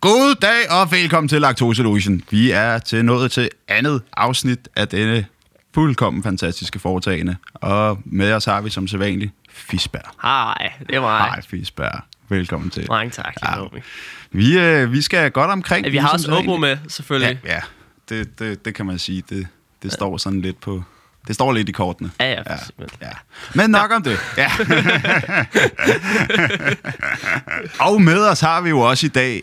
God dag og velkommen til Lactose Illusion. Vi er til nået til andet afsnit af denne fuldkommen fantastiske foretagende. Og med os har vi som sædvanligt Fisberg. Hej, det var mig. Hej Fisberg. Velkommen til. Mange tak. Ja. Ligesom Ja. Vi, øh, vi skal godt omkring... Vi har som også sædvanligt. Åbo med, selvfølgelig. Ja, ja. Det, det, det kan man sige. Det, det står sådan lidt på... Det står lidt i kortene. Ja, ja, simpelthen. ja. Men nok om det. Ja. og med os har vi jo også i dag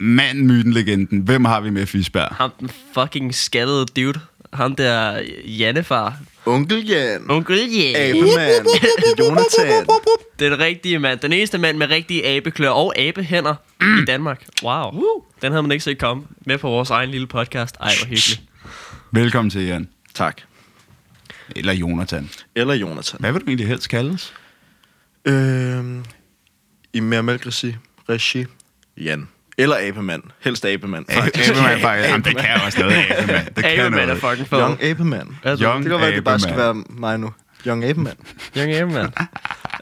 manden, myten, legenden. Hvem har vi med, Fisberg? Ham den fucking skaldede dude. Ham der Jannefar. Onkel Jan. Onkel yeah. Abemand. Jonathan. Den rigtige mand. Den eneste mand med rigtige abeklør og abehænder i Danmark. Wow. Den havde man ikke set komme med på vores egen lille podcast. Ej, hvor hyggeligt. Velkommen til, Jan. Tak. Eller Jonathan. Eller Jonathan. Hvad vil du egentlig helst kaldes? Øhm, I mere mælkregi. Regi. Jan. Eller abemand. Helst abemand. faktisk. Abemand, faktisk. Jamen, det kan jeg også noget, Abemand. Det kan Abemand er noget. fucking fed. Young abemand. Ja, Det du- Young kan godt være, at det bare skal være Abemand. mig nu. Young abemand. Young Airman.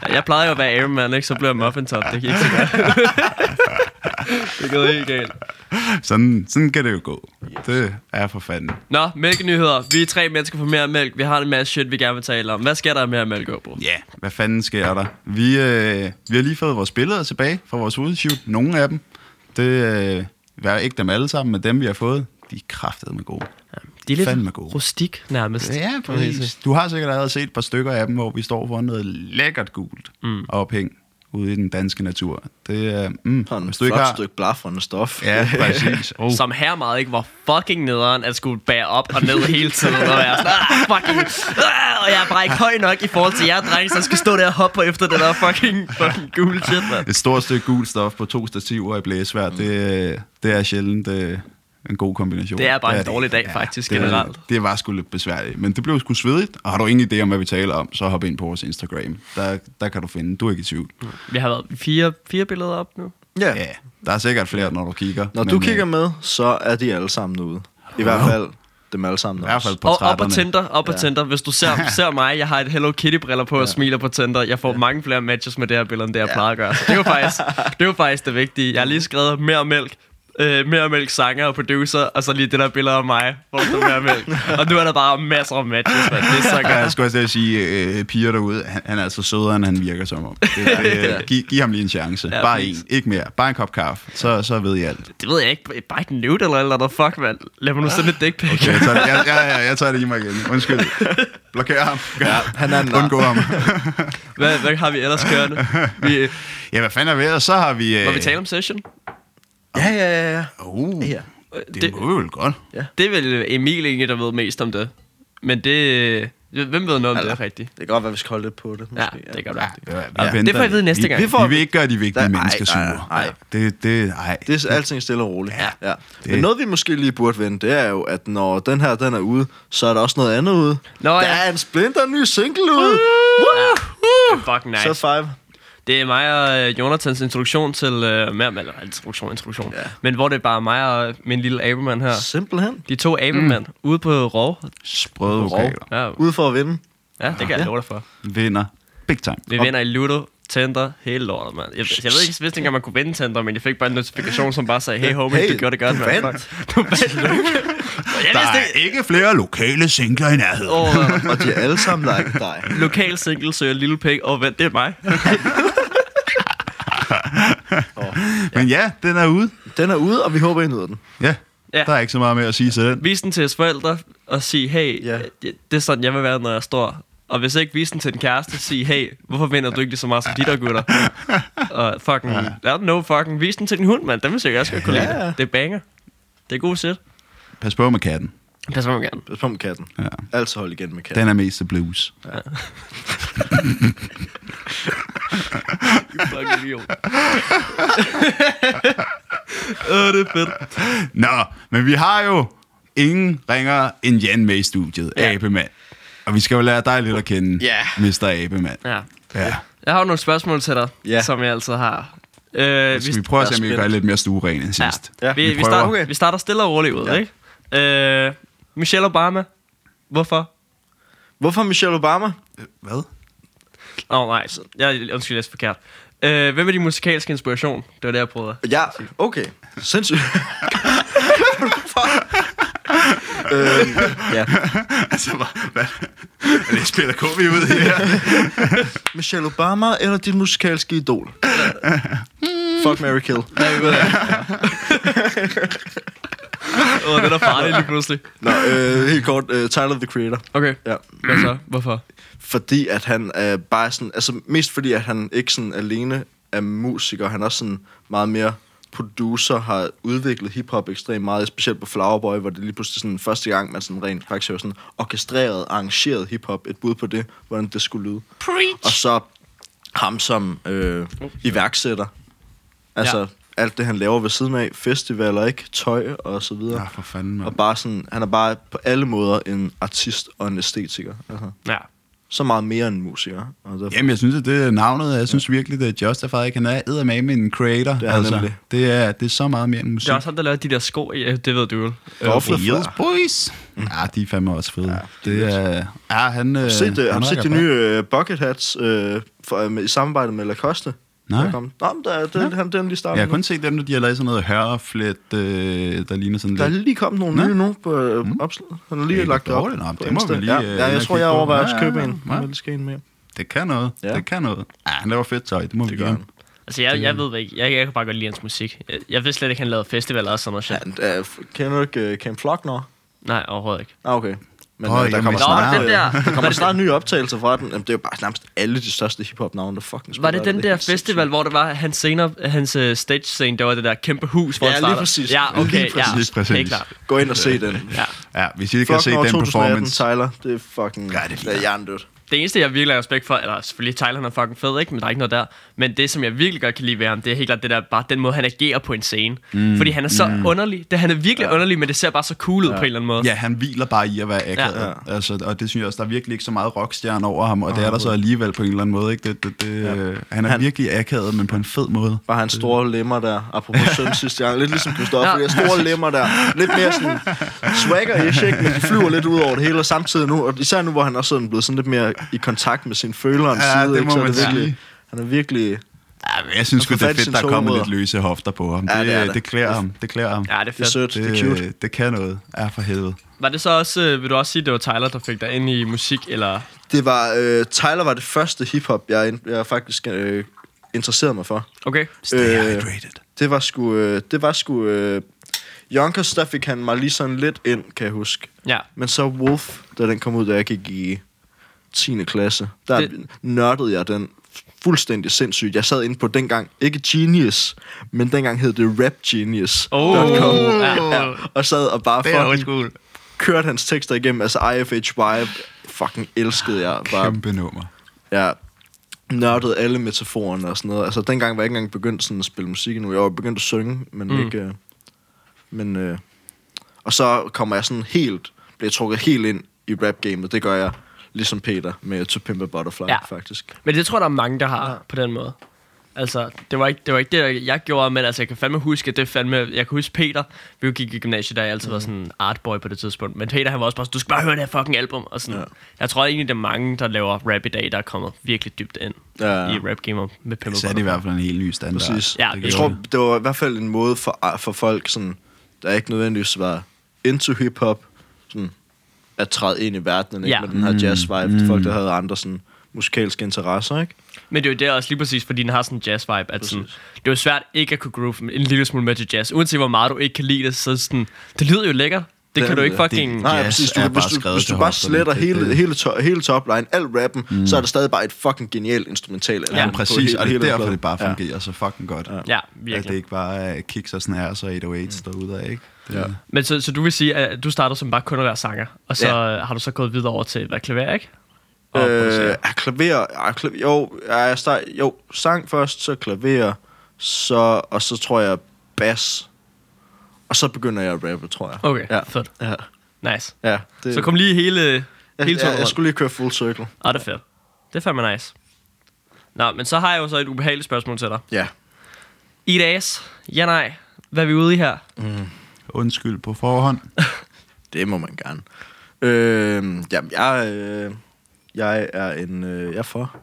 Jeg plejer jo at være Airman, ikke? Så bliver jeg Muffin Top. Det gik ikke så godt. det gik helt galt. Sådan, sådan kan det jo gå. Det er for fanden. Nå, mælkenyheder. Vi er tre mennesker for mere mælk. Vi har en masse shit, vi gerne vil tale om. Hvad sker der med mælk, Åbo? Ja, yeah. hvad fanden sker der? Vi, øh, vi har lige fået vores billeder tilbage fra vores hovedshoot. Nogle af dem. Det øh, var ikke dem alle sammen, men dem vi har fået, de er kraftede med gode. De er lidt Fandme gode. rustik nærmest. Ja, kan man helt præcis. sige. Du har sikkert allerede set et par stykker af dem, hvor vi står foran noget lækkert gult mm. ophæng ude i den danske natur. Det er... Mm, Sådan hvis et du ikke flot har... stykke blafrende stof. Ja, præcis. Oh. Som her meget ikke var fucking nederen at skulle bære op og ned hele tiden. Og være sådan, ah, fucking, ah, og jeg er bare ikke høj nok i forhold til jer, drenge, så skal stå der og hoppe efter det der fucking, fucking gule shit, mand. Et stort stykke gult stof på to stativer i blæsvær, mm. det, øh, det er sjældent øh, en god kombination. Det er bare en det. dårlig dag, faktisk, det, generelt. Det var sgu lidt besværligt, men det blev sgu svedigt. Og har du ingen idé om, hvad vi taler om, så hop ind på vores Instagram. Der, der kan du finde, du er ikke i tvivl. Vi har været fire, fire billeder op nu. Ja. Ja, der er sikkert flere, når du kigger. Når men, du øh, kigger med, så er de alle sammen ude. I hvert fald dem alle sammen I hvert fald Og op og portrætterne. Tinder, op og Ja. Tinder. Hvis du ser, ser mig, jeg har et Hello Kitty-briller på og smiler på Tinder. Jeg får mange flere matches med det her billede, end det jeg plejer at gøre. Så det er jo faktisk det, er jo faktisk det vigtige. Jeg har lige skrevet mere mælk. Øh, mere mælk sanger og producer, og så lige det der billede af mig, hvor der er mere mælk. Og nu er der bare masser af matches, man. Det er så Ja, jeg godt. skulle også til at sige, øh, piger derude, han, han er altså sødere, end han virker som om. Det, det, øh, giv, giv ham lige en chance. Ja, bare en, præcis. ikke mere. Bare en kop kaffe, så, så ved I alt. Det ved jeg ikke. Bare ikke nude eller eller andet. Fuck, mand. Lad mig nu sende et dick pic. Okay, jeg, tager det, jeg, jeg, jeg, jeg tager det i mig igen. Undskyld. Blokér ham. Ja, han er en nar. Undgå ham. Hvad, hvad har vi ellers kørende? Vi, øh, Ja, hvad fanden er ved? Og så har vi... Øh, må vi tale om session? Ja, ja, ja, ja. Uh, Ja. det, det må vi vel godt. Det er vel Emil egentlig, der ved mest om det. Men det... Hvem ved noget om det Eller- rigtigt? Det kan godt være, vi skal holde lidt på det. Ja, Måske. det gør du. Ja, rigtigt. ja, Ja, det får I vide næste gang. Vi, Vi får- vi vil ikke gøre de vigtige Der- der, ej, mennesker ej, sure. ej. Det, det, ej. Det er alting stille og roligt. Ja. ja. Det- Men noget, vi måske lige burde vende, det er jo, at når den her den er ude, så er der også noget andet ude. Nå, der ja. er en splinter ny single ude. Ja, fuck nice. Så five. Det er mig og øh, Jonathans introduktion til... Øh, mere, eller introduktion, introduktion. Ja. Men hvor det er bare mig og min lille abemand her. Simpelthen. De to abemand mm. ude på Rov. Sprøde vokaler. Ja, Ude for at vinde. ja, det kan jeg love dig for. Vinder. Big time. Vi vinder i Ludo, Tinder, hele lortet, mand. Jeg, jeg ved ikke, jeg vidste ikke, at man kunne vinde Tinder, men jeg fik bare en notifikation, som bare sagde, hey homie, Hey, du gjorde det godt, du mand. vandt. Fuck. Du vandt. jeg Der vidste er ikke. ikke flere lokale singler i nærheden. Åh, mand. Og de er alle sammen like dig. lokal single søger lille pik, og vent, det er mig. Men ja, den er ude. Den er ude, og vi håber, I nyder den. Ja. Ja. Der er ikke så meget mere at sige til den. Vis den til jeres forældre og sige, hey, Ja. ja. det er sådan, jeg vil være, når jeg er stor. Og hvis ikke, vis den til din kæreste, sig, hey, hvorfor vinder du ikke lige så meget som de der gutter? og fucking, I don't know, fucking, vis den til din hund, mand. Den vil sikkert også godt kunne lide. det. Det er banger. Det er god shit. Pas på med katten. Pas på mig gerne. Pas på med katten. Ja. Altid hold igen med katten. Den er mest til blues. Du fucking idiot. Åh, det er fedt. Nå, men vi har jo ingen ringer end Jan med i studiet. Ja. Ja. Abemand. Og vi skal jo lære dig lidt at kende, Ja. Mr. Abemand. Ja. Ja. Jeg har jo nogle spørgsmål til dig, Ja. som jeg altid har. Øh, Skal vi prøve at se, om vi Jeg er kan gøre lidt mere stueren end sidst? Ja. Ja, Vi, vi vi, prøver. starter, Okay. vi starter stille og roligt ud, Ja. ja. ikke? Øh, Michelle Obama. Hvorfor? Hvorfor Michelle Obama? Hvad? Åh oh, nej, jeg, undskyld, jeg læste forkert. Øh, hvem er din musikalske inspiration? Det var det, jeg prøvede. Ja, okay. Sindssygt. øhm, ja. altså, hvad- hvad? Er det spiller KV ud i det her? Michelle Obama eller dit musikalske idol? Fuck Mary Kill. Åh, oh, den er farlig lige pludselig. Nå, øh, helt kort. Øh, Tyler, the creator. Okay, Ja. hvad så? Hvorfor? Fordi at han er bare sådan... Altså, mest fordi at han ikke sådan alene er musiker. Han er også sådan meget mere producer, har udviklet hiphop ekstremt meget, specielt på Flowerboy, hvor det lige pludselig sådan første gang, man sådan rent faktisk hører sådan orkestreret, arrangeret hiphop, et bud på det, hvordan det skulle lyde. Og så ham som øh, iværksætter. Altså, Ja. ja. alt det, han laver ved siden af, festivaler, ikke? Tøj og så videre. Ja, for fanden, Og mand. bare sådan, han er bare på alle måder en artist og en æstetiker. Altså, Ja. så meget mere end en musiker. Og derfor, Jamen, jeg synes, at det er navnet. Jeg synes virkelig, det er Justified. ikke? Han er eddermame en creator. altså. Det er han nemlig. det, er, det er så meget mere end musik. Det er også ham, der lavede de der sko. Ja, det ved du jo. Ja, Off the Offlefra. Fields Boys. Ja, de er fandme også fede. Ja, det er... Ja, han... Øh, Se det, Mm. har han du set rykker de bare. nye uh, bucket hats øh, for, øh, med, i samarbejde med Lacoste? Nej. Der kom, Nå, men der, er- det, Ja. ja. han, den lige startede. Jeg har kun set dem, når de har lavet sådan noget hørflet, øh, der ligner sådan Der er lidt... lige kommet nogle Nå. Mm. nye nu på øh, opslaget. Han har lige Det er lagt ikke det op. dårligt. Nå, på det må Insta. vi lige, Ja, øh, ja ind jeg og tror, kigge jeg på. overvejer også Ja, at købe ja, en. ja. Jeg vil ske en mere. Det kan noget. Ja. Det kan noget. Ja, han laver fedt tøj. Det må vi gør give ham. han. Altså, jeg, jeg ved ikke. Jeg, jeg kan bare godt lide hans musik. Jeg, jeg ved slet ikke, han lavede festivaler og sådan noget shit. Ja. Ja, øh, f- kender du ikke øh, Cam Flockner? Nej, overhovedet ikke. Ah, okay. Men Åh, øh, der jamen, kommer Nå, snart, den øh, der. der kommer snart nye optagelser fra den. Jamen, det er jo bare nærmest alle de største hiphop-navne, der fucking spiller. Var det den er der helt sindssygt. festival, hvor det var hans, scener, hans øh, stage scene, der var det der kæmpe hus, hvor Ja, han lige starter? præcis. Ja, okay, Lige ja. præcis. Helt klart. Gå ind og se den. Ja, hvis I ikke har set Flockner den 2018, performance... Tyler. Det er fucking... Ja, det er det er jerndødt. Det eneste, jeg virkelig har respekt for, eller selvfølgelig Tyler, han er fucking fed, ikke? men der er ikke noget der. Men det, som jeg virkelig godt kan lide ved ham, det er helt klart det der, bare den måde, han agerer på en scene. Mm. Fordi han er så mm. underlig. Det, han er virkelig ja. underlig, men det ser bare så cool ud ja. på en eller anden måde. Ja, han hviler bare i at være akavet. Ja, Ja. ja. Altså, og det synes jeg også, der er virkelig ikke så meget rockstjerne over ham, og det er der så alligevel på en eller anden måde. Ikke? Det, det, det, ja. Han er han... virkelig akavet, men på en fed måde. Bare hans store lemmer der. Apropos søn sidste gang. Lidt ligesom Kristoffer. Ja. Ja. Store lemmer der. Lidt mere sådan swagger-ish, ikke? Men de flyver lidt ud over det hele. Og samtidig nu, og især nu, hvor han også er blevet sådan lidt mere i kontakt med sin følerens Ja, side. det ikke? må Så er man virkelig, sige. Han er virkelig... Ja, men jeg synes sgu, Han det får er fat i fedt, sine der er kommet tomrødder. lidt løse hofter på ham. Ja, det, det er det, det. det klæder ham. Det klæder ham. ja det er Det er fedt. sødt. Det, er cute. det kan noget. Ja, for helvede. Var det så også, øh, vil du også sige, det var Tyler, der fik dig ind i musik, eller? Det var... Øh, Tyler var det første hiphop, jeg, jeg faktisk øh, interesserede mig for. Okay. Stay Øh, hydrated. Det var sgu... Øh, det var sgu... Øh, Yonkers, der fik han mig lige sådan lidt ind, kan jeg huske. Ja. Men så Wolf, da den kom ud, da jeg gik i 10. klasse, der Det- det... nørdede jeg den fuldstændig sindssygt. Jeg sad inde på dengang, ikke Genius, men dengang hed det Rap Genius. Oh, ja. Ja, og sad og bare Det er old fucking school. kørte hans tekster igennem. Altså IFHY fucking elskede jeg. Bare, Kæmpe nummer. jeg nørdede alle metaforerne og sådan noget. Altså dengang var jeg ikke engang begyndt sådan at spille musik endnu. Jeg var begyndt at synge, men mm. ikke... øh, Men, øh, og så kommer jeg sådan helt... Bliver trukket helt ind i rap-gamet. Det gør jeg ligesom Peter med To Pimp a Butterfly, Ja. ja. faktisk. Men det tror jeg, der er mange, der har ja. på den måde. Altså, det var, ikke, det var ikke det, jeg- jeg gjorde, men altså, jeg kan fandme huske, at det fandme... Jeg kan huske Peter, vi gik i gymnasiet, der jeg altid mm. var sådan en artboy på det tidspunkt. Men Peter, han var også bare sådan, du skal bare høre det her fucking album. Og sådan, ja. Jeg tror egentlig, det er mange, der laver rap i dag, der er kommet virkelig dybt ind ja. Ja. i rap gamer med Pimp Så er det i hvert fald en helt ny standard. Præcis. Ja, det jeg Jeg gør tror, det. det var i hvert fald en måde for, øh, for folk, sådan, der ikke nødvendigvis var into hip-hop, sådan, at træde ind i verdenen ikke? Ja. Ja. med den her jazz-vibe. Mm. Folk, der havde andre sådan, musikalske interesser, ikke? Men det er jo der også lige præcis, fordi den har sådan en jazz-vibe, at sådan, det er jo svært ikke at kunne groove en lille smule med til jazz. Uanset hvor meget du ikke kan lide det, så er det sådan, det lyder jo lækkert. Det, Det kan er du ikke det. fucking... Det- Nej, Jazz yes, præcis. Du, er kan- hvis, bare du, skrevet hvis til du bare hofterne. sletter Det- hele, det- hele, to, hele topline, al rappen, mm. så er det stadig bare et fucking genialt instrumental. album Ja, på præcis, hele- og det er hele derfor, pladen. det bare Ja. Mm. fungerer så fucking godt. Ja, Ja, At det virkelig. ikke bare er kicks og sådan her, så 808's derude af, ikke? Det, Ja. Men så, så du vil sige, at du startede som bare kun at være sanger, og så ja. har du så gået videre over til at være klaver, ikke? Og Øh, øh, er klaver, er klaver, jo, er jeg start, jo, sang først, så klaver, så, og så tror jeg bas. Og så begynder jeg at rappe, tror jeg. Okay, ja. ja. fedt. Ja, Nice. ja det, Så kom lige hele, hele jeg, turen jeg, jeg, rundt. skulle lige køre full circle. Ah, det er fedt. Det er fandme nice. Nå, men så har jeg jo så et ubehageligt spørgsmål til dig. Ja. I dags, ja nej, hvad er vi ude i her? Undskyld på forhånd. Det må man gerne. Øh, jamen, jeg, øh, jeg er en, øh, jeg er for.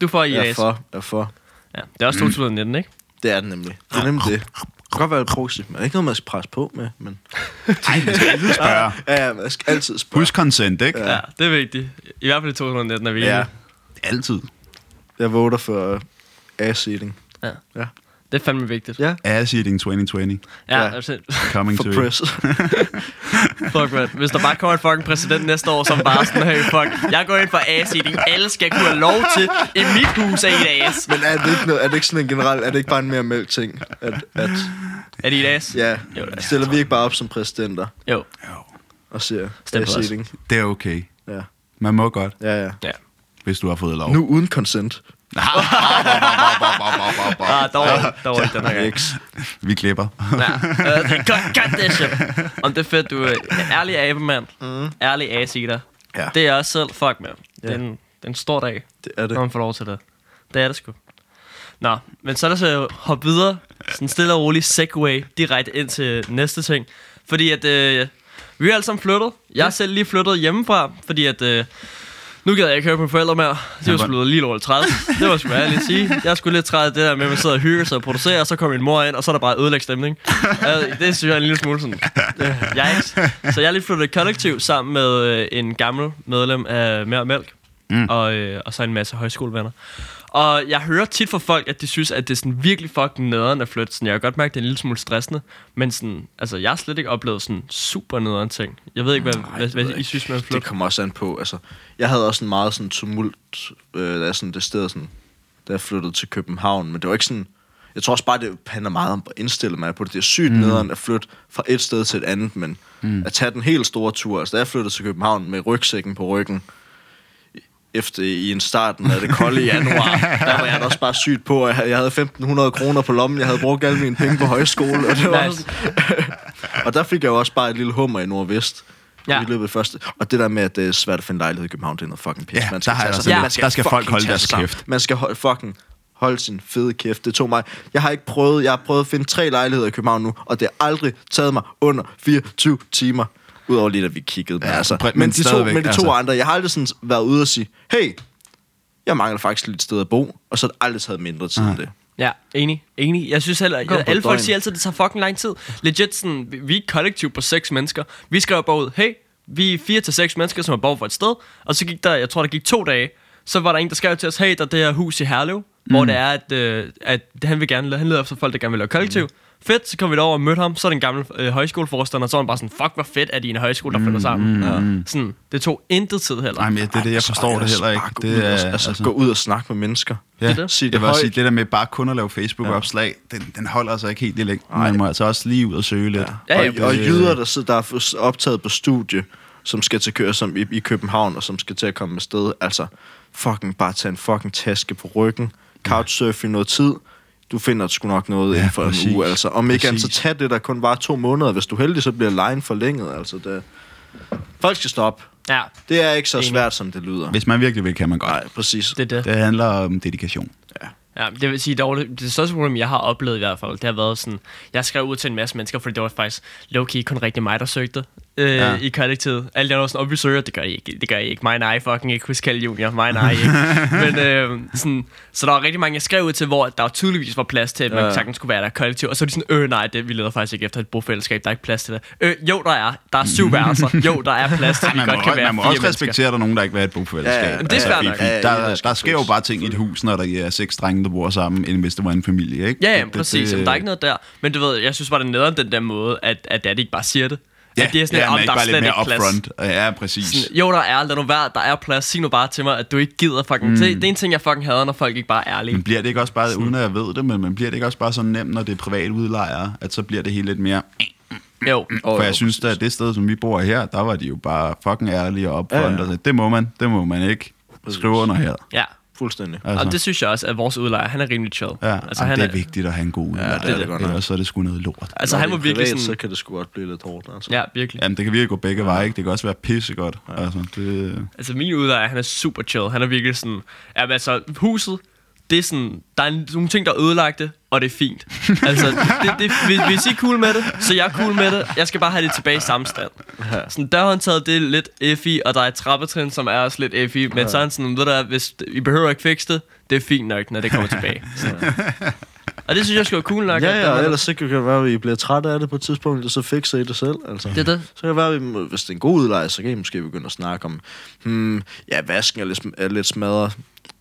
Du får i Jeg er dags. for, jeg er for. Ja, det er Mm. også 2019, ikke? Det er den nemlig. Det er nemlig det. Det kan godt være lidt proxy, men ikke noget, man skal presse på med. Men... Nej, man skal altid spørge. Ja, ja, man skal altid spørge. Husk consent, ikke? Ja, Ja. det er vigtigt. I hvert fald i 2019 er vi Ja, enige. Altid. jeg voter for uh, ass-eating. Ja. Ja. Det er fandme vigtigt. Ja. Ass eating 2020. ja. Ja. Altså, Coming For to you. press. Fuck, man. Hvis der bare kommer en fucking præsident næste år, som bare sådan, hey, fuck, jeg går ind for ass-eating. Alle skal kunne have lov til i mit hus at eat ass. men er det, ikke noget, er det ikke sådan en generel, er det ikke bare en mere mælk ting? At, at, Er det et ass? ja, Jo, det er- stiller vi ikke bare op som præsidenter jo. Jo, og siger Stem på os. ass-eating? det er okay. Ja, Man må godt, ja, ja. Ja. hvis du har fået lov. Nu uden consent. Ah, dog, dog ikke den her gang. X. Vi klipper. Ja. Øh, Cut, cut this shit. Om det er fedt, øh, du er ærlig abemand. Mm. Ærlig aseater. Ja. Det er jeg også selv. Fuck, man. Det er, Ja. en, det er en stor dag, Det er det. når man får lov til det. Det er det sgu. Nå, men så er det så at hoppe videre. Sådan stille og roligt segway direkte ind til næste ting. Fordi at øh, vi er alle sammen flyttet. Jeg er selv lige flyttet hjemmefra, fordi at... Øh, nu gider jeg ikke høre på mine forældre mere. De var hvor- sgu blevet lige over 30. Det var sgu jeg lige sige. Jeg skulle lidt træt af det der med, at man sidder og hygger sig og producerer, og så kommer min mor ind, og så er der bare ødelægge stemning. Øh, Det synes jeg er en lille smule sådan. øh, Jeg Så jeg er lige flyttet i kollektiv sammen med øh, en gammel medlem af Mær og Mælk. Mm. Og, øh, og så en masse højskolevenner. Og jeg hører tit fra folk, at de synes, at det er sådan virkelig fucking nederen at flytte. Sådan, jeg kan godt mærke, at det er en lille smule stressende. Men sådan, altså, jeg har slet ikke oplevet sådan super nederen ting. Jeg ved ikke, hvad, Nej, hvad, det ved hvad jeg I synes med at Det flytte. kommer også an på, altså, jeg havde også en meget sådan tumult, øh, da jeg sådan, det sted, sådan, da jeg flyttede til København, men det var ikke sådan, jeg tror også bare, det handler meget om at indstille mig på det. Det er sygt mm. nederen at flytte fra et sted til et andet, men mm. at tage den helt store tur, altså da jeg flyttede til København med rygsækken på ryggen, efter i en starten af det kolde januar, der var jeg da også bare sygt på, at jeg havde 1.500 kroner på lommen, jeg havde brugt alle mine penge på højskole, og det var Nice. nice. Og der fik jeg jo også bare et lille hummer i Nordvest. Ja. Ja. I løbet af første. Og det der med, at det er svært at finde lejlighed i København, det er noget fucking pis. Ja, der har jeg også lidt. Der skal folk fucking holde tage deres sig sammen. kæft. Man skal holde, fucking holde sin fede kæft. Det tog mig... Jeg har ikke prøvet... Jeg har prøvet at finde tre lejligheder i København nu, og det har aldrig taget mig under 24 timer. Udover lige da vi kiggede. Ja, Ja, altså. men men, men, de to, stadigvæk, men de to altså. altså. andre... Jeg har aldrig sådan været ude og sige, hey, jeg mangler faktisk lidt sted at bo, og så har det aldrig taget mindre tid Ah, end det. Ja, enig, enig. Jeg synes heller, Kom jeg, på alle folk døgn. siger altid, at det tager fucking lang tid. Legit sådan, vi- vi er et kollektiv på seks mennesker. Vi skrev bare ud, hey, vi er fire til seks mennesker, som har borg for et sted. Og så gik der, jeg tror, der gik to dage, så var der en, der skrev til os, hey, der er det her hus i Herlev, mm. hvor det er, at, øh, at han, vil gerne, han leder efter folk, der gerne vil lave kollektiv. Mm. Fedt, så kom vi derover og mødte ham, så er den gamle øh, højskoleforstander, og så var han bare sådan, fuck, hvor fedt, at I er en højskole, der flytter sammen. Mm, ja. sådan, det tog intet tid heller. Nej, men det er det, jeg Så forstår det ellers heller bare ikke. gå Det ud og- er, altså, altså, gå ud og snakke med mennesker. Ja, Det er det. Sig det jeg vil også sige, højt. det der med bare kun at lave Facebook-opslag, den, den holder altså ikke helt i længden. Man må altså også lige ud og søge lidt. Ja, ja, og, og jyder, der, sidder, der er f- optaget på studie, som skal til at køre som i, i København, og som skal til at komme afsted. Altså, fucking bare tage en fucking taske på ryggen. Couchsurf i noget tid. Du finder sgu nok noget ja, inden for præcis. en uge, altså. Om ikke andet, så Præcis. tag det, der kun var to måneder. Hvis du er heldig, så bliver lejen forlænget, altså. Det... Folk skal stoppe. Ja, Det er ikke så Enig. svært, som det lyder. Hvis man virkelig vil, kan man godt. Nej, præcis. det er det. Det handler om dedikation. Ja, det vil sige, det, det største problem, jeg har oplevet i hvert fald, det har været sådan, jeg skrev ud til en masse mennesker, fordi det var faktisk low-key kun rigtig mig, der søgte øh, Ja. ja. i kollektivet. Alle de andre var sådan, op, vi søger, det gør I ikke, det gør I ikke, mig nej, fucking ikke, husk Kalle Junior, mig nej, ikke. Men, øh, sådan, så der var rigtig mange, jeg skrev ud til, hvor der tydeligvis var plads til, at man Ja. ja. sagtens kunne være der i kollektiv, og så er de sådan, øh nej, det, vi leder faktisk ikke efter et bofællesskab, der er ikke plads til det. Øh, jo, der er, der er syv værelser, jo, der er plads til, at vi Man må, godt kan også, være man må fire også mennesker. respektere, at der er nogen, der ikke vil have et bofællesskab. Ja, ja, men det er fair fint, nok. fint. Ja, ja, Der, ja, der sker jo bare ting i et hus, når der er seks drenge, der bor sammen, end hvis det var en familie, ikke? Ja, ja, Det- det- præcis. Jamen, der er ikke noget der. Men du ved, jeg synes bare, det er nederen den der måde, at, at Daddy ikke bare siger det. at det er sådan, ja, ja, man om, ikke der er bare slet lidt ikke mere plads. upfront. Ja, præcis. Sådan, jo, der er, lad nu være, der er plads. Sig nu bare til mig, at du ikke gider fucking... Mm. Det, det, er en ting, jeg fucking hader, når folk ikke bare er ærlige. Men bliver det ikke også bare, uden at jeg ved det, men man bliver det ikke også bare så nemt, når det er private udlejere, at så bliver det hele lidt mere... Jo. Oh, for jo, jeg synes da, at det sted, som vi bor her, der var de jo bare fucking ærlige og upfront. Ja, ja. Og sagde, det må man, det må man ikke. Skrive under her. Ja. Fuldstændig. Altså. Og det synes jeg også, at vores udlejer, han er rimelig chill. Ja, altså, Jamen, han det er, vigtigt at have en god udlejer. det er det godt nok. Ellers så er det sgu noget lort. Altså, han var Når det er virkelig privat, sådan... Så kan det sgu godt blive lidt hårdt, altså. Ja, virkelig. Jamen, det kan virkelig gå begge veje, ikke? Det kan også være pissegodt. Altså, det... Altså min udlejer, han er super chill. Han er virkelig sådan, jamen altså huset, det er sådan, der er en- nogle ting, der er ødelagte, og det er fint. Altså, det, det, hvis, hvis I er cool med det, så jeg er cool med det. Jeg skal bare have det tilbage i samme stand. Sådan, dørhåndtaget, det er lidt effig, og der er et trappetrin, som er også lidt effig. Men så er han sådan, ved du hvad, hvis I behøver ikke fikse det, det er fint nok, når det kommer tilbage. Sådan. Og det synes jeg skulle være cool nok. at Ja, ja, den- og ellers så kan det være, at I bliver trætte af det på et tidspunkt, og så fikser I det selv. Altså. Det er det. Så kan det være, at I må- hvis det er en god udleje, så kan I måske begynde at snakke om, hmm, ja, vasken er lidt, sm- er lidt smadret.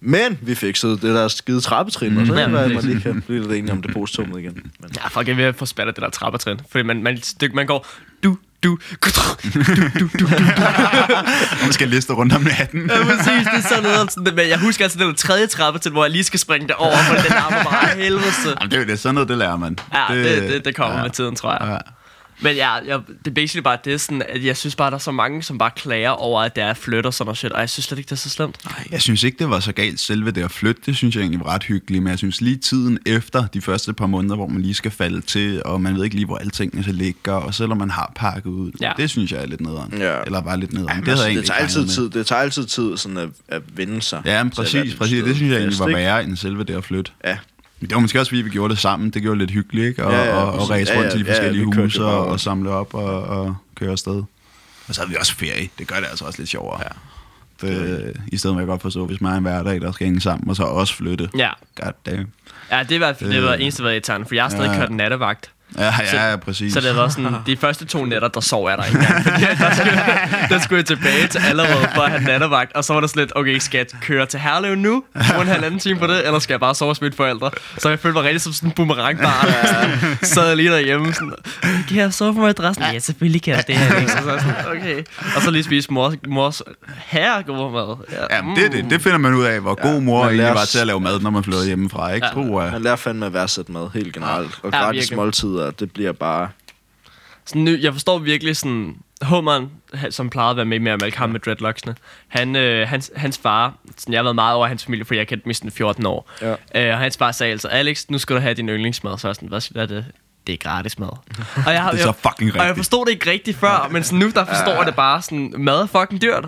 Men vi fiksede det der skide trappetrin, og så kan det Ja, være, at man præcis. lige kan blive lidt enige om det positive igen. Men, Ja, fuck, jeg er ved at få spat af det der trappetrin. Fordi man, man, det, man går, du, du, Og man skal liste rundt om natten. Ja, præcis, det er sådan noget. Sådan, men jeg husker altså den der tredje trappe til, hvor jeg lige skal springe derover, for den arme bare af helvede. så- Jamen, det er jo det. Sådan noget, det lærer man. Ja, det, det, det kommer ja. med tiden, tror jeg. Ja. Ja. Men ja, jeg, det er basically bare det, sådan, at jeg synes bare, der er så mange, som bare klager over, at der er flyt og sådan noget shit, og jeg synes slet ikke, det er så slemt. Jeg synes ikke, det var så galt selve det at flytte. Det synes jeg egentlig var ret hyggeligt. Men jeg synes lige tiden efter de første par måneder, hvor man lige skal falde til, og man ved ikke lige, hvor alle tingene så ligger, og selvom man har pakket ud, ja. Ja. det synes jeg er lidt nederen. Ja. Eller var lidt nederen. Ej, men det havde altså, jeg egentlig det tager ikke altid regnet med. tid, det tager altid tid sådan at, at vende sig. Ja, men til at være præcis, den præcis. Det sted synes jeg egentlig fast, var ikke? værre end selve det at flytte. Ja. Men det var måske også, fordi vi gjorde det sammen. Det gjorde det lidt hyggeligt, ikke? Og, Ja, ja, og, og præcis. ræse Ja, rundt ja, til de ja, vi forskellige kørte huse jo bare og, rundt. og samle op og, og køre afsted. Og så havde vi også ferie. Det gør det altså også lidt sjovere. Ja. Det, I stedet for at jeg godt forstå, hvis man er en hverdag, der skal hænge sammen, og så også flytte. Ja, God damn. ja det er i hvert fald det, var det eneste, der var irriterende, for jeg har stadig Ja. ja. kørt nattevagt. Ja, Så- ja, ja, præcis. Så det var sådan, de første to nætter, der sov jeg der ikke engang. Fordi der skulle, der skulle jeg tilbage til allerede for at have nattevagt. Og så var det sådan lidt, okay, skal jeg køre til Herlev nu? Bruge en halvanden time på det, eller skal jeg bare sove hos mine forældre? Så jeg følte mig rigtig som sådan en boomerangbar. Sad jeg lige derhjemme sådan, kan jeg sove på madrassen? Ja, selvfølgelig kan jeg det her. ikke? Så var jeg sådan, okay. Og så lige spise mors, mors herre god mad. Ja, men det, er det, det finder man ud af, hvor god mor man egentlig lærer var s- til at lave mad, når man flytter hjemmefra, ikke? Ja. Tror jeg. Man lærer fandme at værdsætte mad helt generelt. Og Ah, Ja, gratis virkelig. måltider, det bliver bare... Sådan, nu, jeg forstår virkelig sådan... Hummeren, han- som plejede at være med i mere Malcolm med dreadlocksene, han, øh, hans, hans far, sådan, jeg har været meget over hans familie, fordi jeg kendte dem i sådan 14 år, Ja. øh, og hans far sagde altså, Alex, nu skal du have din yndlingsmad, så var jeg sådan, hvad, hvad er det? Det er gratis mad. Og jeg, har- Det er så fucking Og jeg rigtigt. forstod det ikke rigtigt før, men sådan, nu der forstår jeg det bare sådan, mad er fucking dyrt.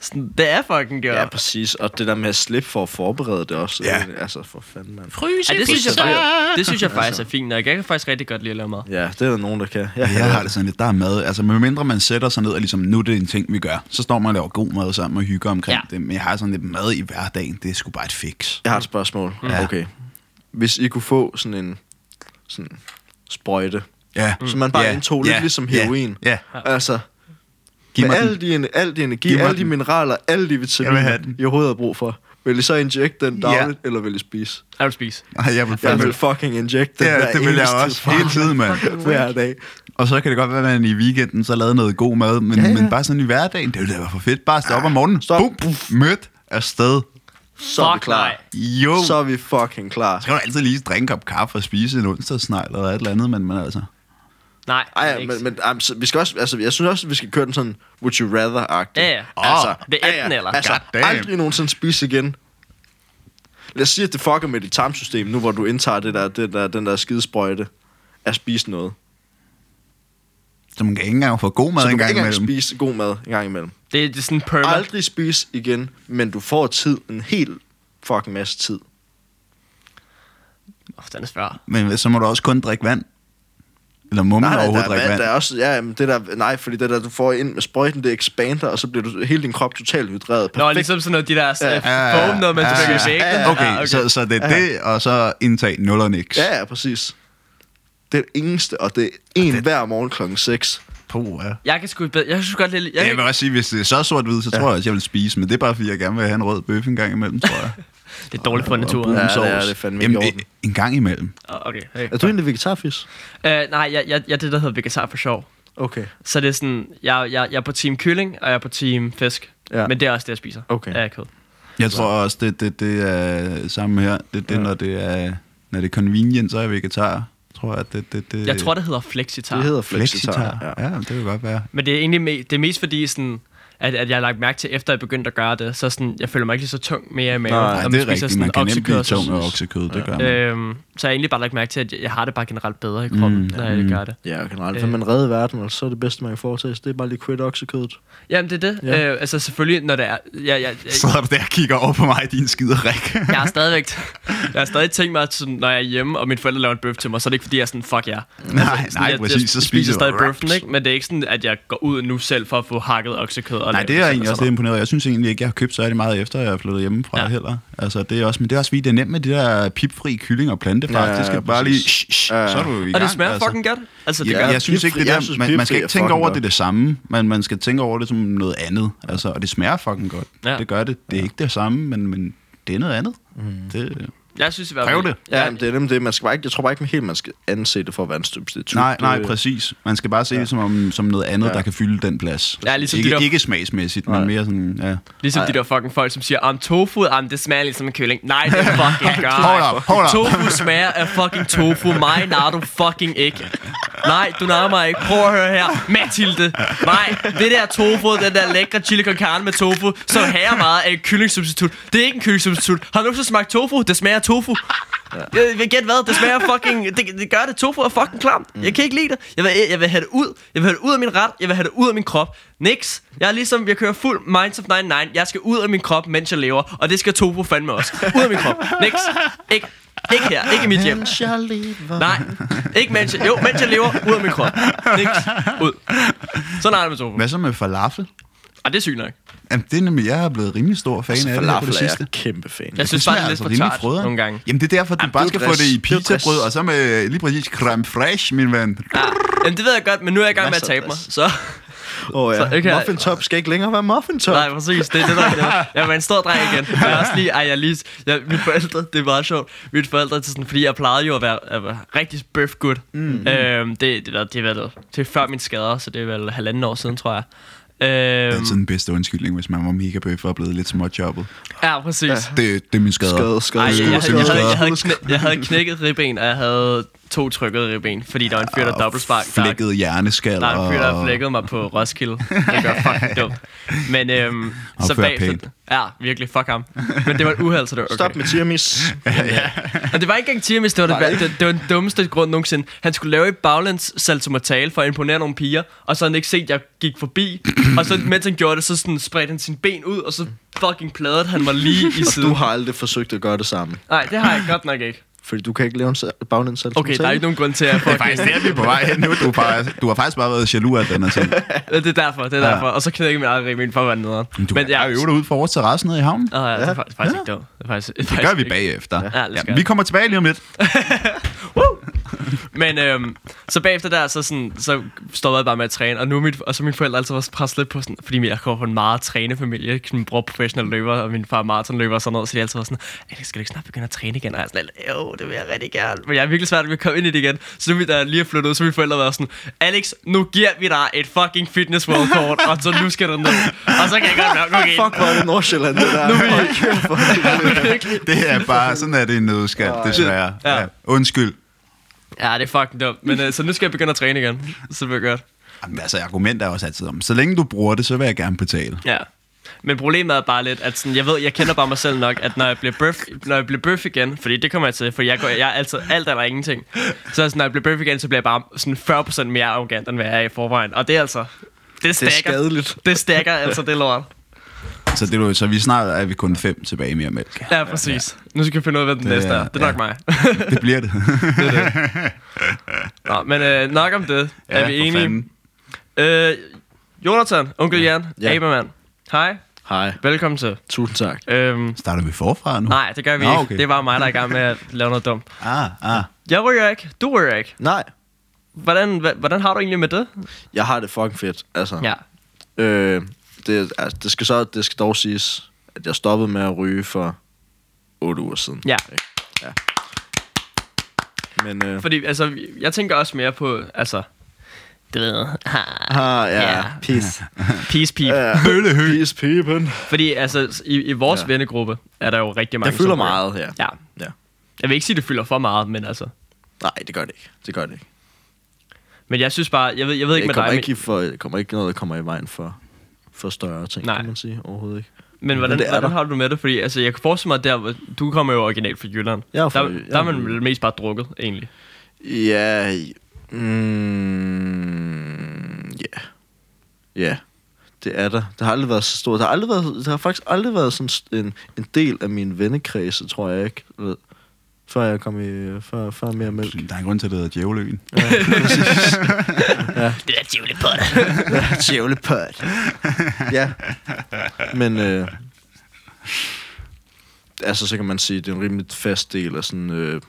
Sådan, det er fucking dyrt. Ja, præcis. Og det der med at slippe for at forberede det også. Ja. ikke? Altså, for fanden, mand. Ja, det, synes jeg faktisk, det synes jeg faktisk er fint nok. Jeg kan faktisk rigtig godt lide at lave mad. Ja, det er der nogen, der kan. Ja, Jeg har det sådan lidt, der er mad. Altså, medmindre man sætter sig ned og ligesom, nu er det en ting, vi gør, så står man og laver god mad sammen og hygger omkring ja. Ja. det. Men jeg har sådan lidt mad i hverdagen, det er sgu bare et fix. Jeg har et spørgsmål. Mm. Ja. Okay. Hvis I kunne få sådan en sådan sprøjte, Ja. som man bare Mm. Ja. indtog lidt Ja. ligesom Ja. heroin. Ja. Altså, Giv med mig den. al din, al din energi, Giv mig alle de den. mineraler, alle de Jeg vil vitaminer, have den. I overhovedet har brug for. Vil I så injekte den Ja. dagligt, eller vil I spise? Jeg vil spise. Ej, jeg vil Jeg fandme... vil fucking injekte den Ja, det vil jeg også. Hele tiden, mand. Hver dag. Og så kan det godt være, at man i weekenden så lavede noget god mad, men, ja, ja. men bare sådan i hverdagen, det ville da være for fedt. Bare stå op om morgenen, Stop. bum, bum, mødt afsted. Så er vi Fuck, klar. nej. Jo. Så Så er vi fucking klar. kan du altid lige drikke en kop kaffe og spise en onsdagsnej eller et eller andet, men man altså... Nej, Ej, ja, ikke. men, men ej, men så- vi skal også, altså, jeg synes også, at vi skal køre den sådan, would you rather-agtig. Ja, ja. Åh, det er enten eller. Altså, Goddamn. aldrig nogensinde spise igen. Lad os sige, at det fucker med dit tarmsystem, nu hvor du indtager det der, det der, den der skidesprøjte, at spise noget. Så man kan ikke engang få god mad Så du en kan gang ikke engang imellem. spise god mad en gang imellem. Det, det er sådan en perma. Aldrig spise igen, men du får tid, en hel fucking masse tid. Åh, den er svær. Men så må du også kun drikke vand. Eller må man der, overhovedet er, drikke vand, vand? der er også, ja, men det der, nej, fordi det der, du får ind med sprøjten, det ekspander, og så bliver du, hele din krop totalt hydreret. Nå, Perfekt. ligesom sådan noget, de der Ja. ja, foam, noget man trykker i væggen. Ah, Okay, okay. Så, så det er det, og så indtag 0 og niks. Ja, ja, præcis. Det er det eneste, og det er en hver morgen klokken 6. Puh, ja. Jeg kan sgu, bedre- jeg synes godt lidt... Jeg, Jeg vil kan, også sige, hvis det er så sort-hvid, så tror jeg også, jeg vil spise. Men det er bare, fordi jeg gerne vil have en rød bøf en gang imellem, tror jeg. det er dårligt for naturen. Brun det er sovs. det fandme Jamen, ikke i orden. en- En gang imellem. Åh, Ah, Okay. Hey. Er du egentlig vegetarfisk? Øh, nej, jeg, jeg, jeg er det, der hedder vegetar for sjov. Okay. Så det er sådan, jeg, jeg, jeg er på team kylling, og jeg er på team fisk. Ja. Ja. Men det er også det, jeg spiser. Okay. Ja, kød. Jeg tror også, det, det, det er samme her. Det, det, når, det er, når det er convenient, så er jeg vegetar. Tror jeg, det, det, det, Jeg tror, det hedder flexitar. Det hedder flexitar. flexitar. Ja. ja, det kan godt være. Men det er egentlig me- det er mest fordi, sådan, at, at jeg har lagt mærke til, efter jeg begyndte at gøre det, så sådan, jeg føler mig ikke lige så tung mere i maven. Nej, Nej, og man det er spiser rigtigt. sådan Man kan nemt blive oksekød, så- tung med oksekød, det gør man. Øhm, så jeg har egentlig bare lagt mærke til, at jeg har det bare generelt bedre i kroppen, mm, når jeg gør det. Ja, generelt. Øh. Hvis man redder verden, altså, så er det bedste, man kan foretage sig. Det er bare lige quit oksekødet. Jamen, det er det. Ja. Ja. Øh, altså, selvfølgelig, når det er... Jeg, jeg, jeg, Sidder du der og kigger over på mig, din skider, Rik? jeg har stadigvæk, jeg har stadig tænkt mig, at sådan, når jeg er hjemme, og mine forældre laver en bøf til mig, så er det ikke, fordi jeg er sådan, fuck jer. Yeah. Nej, nej, jeg, præcis, Jeg, så jeg spiser spiser du stadig wraps. bøffen, ikke? Men det er ikke sådan, at jeg går ud nu selv for at få hakket oksekød. Og Nej, lavet det er jeg selv egentlig og også sådan lidt imponeret. over. Jeg synes egentlig ikke, jeg har købt særlig meget efter, jeg er flyttet hjemmefra ja. Ja. heller. Altså, det er også, men det er også fordi, det er nemt med de der pipfri kylling og plante, Ja, faktisk. Ja, bare lige, præcis. shh, shh, Ja. så er du i gang. noget. Og det smager altså. fucking godt. Altså, det Ja, gør jeg, jeg synes ikke, pipfri- det der, jeg synes, man, man skal pipfri ikke er tænke fucking over, at godt. det er det samme, men man skal tænke over det som noget andet. Altså, og det smager fucking godt. Ja. Det gør det. Det er ikke det samme, men, men det er noget andet. Mm. Det, Jeg synes i hvert fald... prøv det. Ja, men det er nemlig det. Man skal bare ikke, jeg tror bare ikke helt, man skal anse det for at være en substitut. Nej, nej, Det- præcis. Man skal bare se det som, om, som noget andet, ja. øh. Ja. der kan fylde den plads. Ja, ligesom ikke, de der- ikke smagsmæssigt, men Nej. mere sådan, ja. Ligesom de der fucking folk, som siger, om tofu, om det smager ligesom en kylling. Nej, det fucking gør. Hold op, hold op. Tofu smager af fucking tofu. Mig nar du fucking ikke. Nej, du nar mig ikke. Prøv at høre her. Mathilde. Nej, det der tofu, den der lækre chili con carne med tofu, så her meget af et kyllingsubstitut. Det er ikke en kyllingsubstitut. Har du så smagt tofu? Det smager af tofu. Jeg vil gætte hvad, det smager fucking, det, det gør det, tofu er fucking klamt, jeg kan ikke lide det, jeg vil, jeg vil have det ud, jeg vil have det ud af min ret, jeg vil have det ud af min krop, nix, jeg er ligesom, jeg kører fuld Minds of 99, jeg skal ud af min krop, mens jeg lever, og det skal tofu fandme også, ud af min krop, nix, ikke, ikke her, ikke i mit hjem, nej, ikke mens jeg, jo, mens jeg lever, ud af min krop, nix, ud, sådan er det med tofu, Hvad så med falafel? og det er sygt nok, Jamen, det er nemlig, jeg er blevet rimelig stor fan Altså, af det her på det falafel er sidste. jeg kæmpe fan. jeg synes bare, det er lidt altså for tørt nogle gange. Jamen, det er derfor, du bare det er skal jo få det i dress. Det er jo dress. pizzabrød, og så med øh, lige præcis creme fraiche, min ven. Ja. Jamen, det ved jeg godt, men nu er jeg i gang med at Masser af tabe mig, dress. så... Åh Så ja, ikke- muffin top skal ikke længere være muffin top. Nej, præcis. Det er det, der er det. Jeg var en stor dreng igen. Jeg er også lige, ej, jeg er lige, jeg, mine forældre, det er meget sjovt. Mine forældre, til sådan, fordi jeg plejede jo at være, at være rigtig bøf good. Mm. Øhm, det, det, der, det, var, det er før mine skader, så det er vel halvanden år siden, tror jeg. Det er Øhm, altid den bedste undskyldning, hvis man var mega bøf og er blevet lidt småjobbet. ja, præcis. Ej, Det, det er min skade. Skade, skade, jeg, jeg, Skulder, jeg, havde, skulder, jeg, havde, skulder. jeg, havde knæ, jeg havde knækket ribben, og jeg havde to trykkede ribben, fordi der var en fyr, der dobbeltspark. Der, Ah, Flækket Ah. hjerneskal. der er en fyr, der har og- flækket mig på Roskilde. Det gør fucking dumt. Men øhm, så Opfør bag... pænt. Ja, virkelig. Fuck ham. Men det var et uheld, så det var okay. Stop med tiramis. Og det var ikke engang Tiamis, det var, det, det, det var den dummeste grund nogensinde. Han skulle lave et baglands salto mortale for at imponere nogle piger, og så havde han ikke set, at jeg gik forbi. og så mens han gjorde det, så sådan spredte han sin ben ud, og så fucking pladede han mig lige i Og du siden. har aldrig forsøgt at gøre det samme. Nej, det har jeg godt nok ikke. Fordi du kan ikke lave en bagnændsats. Okay, der er ikke nogen grund til, at jeg Det er faktisk der, vi er på vej hen nu. Du, er bare, du har faktisk bare været jaloux af den altså. her ting. Det er derfor, det er derfor. Og så knækkede min eget ribben for at være nederen. Du Men jeg øver dig ud for vores terrasse nede i havnen. Åh, ja, det er fa- det er faktisk ikke dumt. Det, er faktisk, det, er Det faktisk gør vi ikke- bagefter. Ja, det skal vi kommer tilbage lige om lidt. Men øhm, så bagefter der, så, sådan, så stoppede jeg bare med at træne, og, nu er mit, og så mine forældre altid var presset lidt på, sådan, fordi jeg kommer fra en meget trænefamilie, ikke? min bror er professionel løber, og min far er maratonløber og sådan noget, så de altid var sådan, Alex, skal du ikke snart begynde at træne igen? Og jeg er sådan, lidt, jo, det vil jeg rigtig gerne, men jeg er virkelig svært ved at komme ind i det igen. Så nu da jeg lige er flyttet ud, så mine forældre var sådan, Alex, nu giver vi dig et fucking fitness world court, og så nu skal du ned. Og så kan jeg godt mærke, okay, Fuck, hvor er det Nordsjælland, det der. Nu Det er bare, sådan er det i nødskal, desværre. Ja. Ja. Undskyld. ja, det er fucking dumt, men øh, så nu skal jeg begynde at træne igen, så det bliver godt. Jamen, altså, argumentet er også altid om, så længe du bruger det, så vil jeg gerne betale. Ja. Men problemet er bare lidt, at sådan, jeg ved, jeg kender bare mig selv nok, at når jeg bliver bøf, når jeg bliver bøf igen, fordi det kommer jeg til, for jeg, går, jeg er altid alt eller ingenting. Så sådan, når jeg bliver bøf igen, så bliver jeg bare sådan 40% mere arrogant, end hvad jeg er i forvejen. Og det er altså, det Det er stærker. Det, skadeligt. det stærker altså, det lort. Så, det, er jo- så vi snart er vi kun fem tilbage mere mælk. Ja, præcis. Nu skal vi finde ud af, hvad den Det næste er- er. Det er nok ja. mig. Det bliver det. Nå, men øh, nok om det. Ja, er vi for enige? fanden. Øh, Jonathan, onkel Jan, Ja. ja. Abermann. Hej, Hej. velkommen til. Tusind tak. Øhm, Starter vi forfra nu? nej, det gør vi Nå, ikke. okay. Det var mig, der er i gang med at lave noget dumt. Ah, ah. Jeg ryger ikke. Du ryger ikke. Nej, Hvordan, hva- hvordan har du egentlig med det? jeg har det fucking fedt. Altså, Ja. øh, det, altså, det, skal så, det skal dog siges, at jeg stoppede med at ryge for 8 uger siden. Ja. Ikke? ja. Men, øh, Fordi altså, jeg tænker også mere på, altså... Du ved, ha, ah, ja, Ja. peace. peace peep. Ja. Bøllehø. Peace, people. Fordi altså, i, i vores Ja. ja. vennegruppe er der jo rigtig mange... Det fylder som ryger. meget, ja. Ja. ja. Jeg vil ikke sige, det fylder for meget, men altså... Nej, det gør det ikke. Det gør det ikke. Men jeg synes bare, jeg ved, jeg ved ikke Jeg med kommer dig, ikke, i for, jeg kommer ikke noget, der kommer i vejen for for større ting, Nej. kan man sige. Overhovedet ikke. Men hvordan, det er hvordan der. har du med det? Fordi altså, jeg kan forestille mig, at der, hvor- du kommer jo originalt fra Jylland. Jeg er fra- der, jeg der er er man fra- vel mest bare drukket, egentlig. Ja... i- Mm, ja. Ja. Det er der. Det har aldrig været så stort. Der har, aldrig været, det har faktisk aldrig været sådan st- en, en del af min vennekredse, tror jeg ikke. du ved, Før jeg kom i... Før, før mere mælk. Der er en grund til, at det hedder Djævløen. Det er tvivl på det. Djævlepot. ja. Men... Øh, altså, så kan man sige, det er en rimelig fast del af sådan... Øh,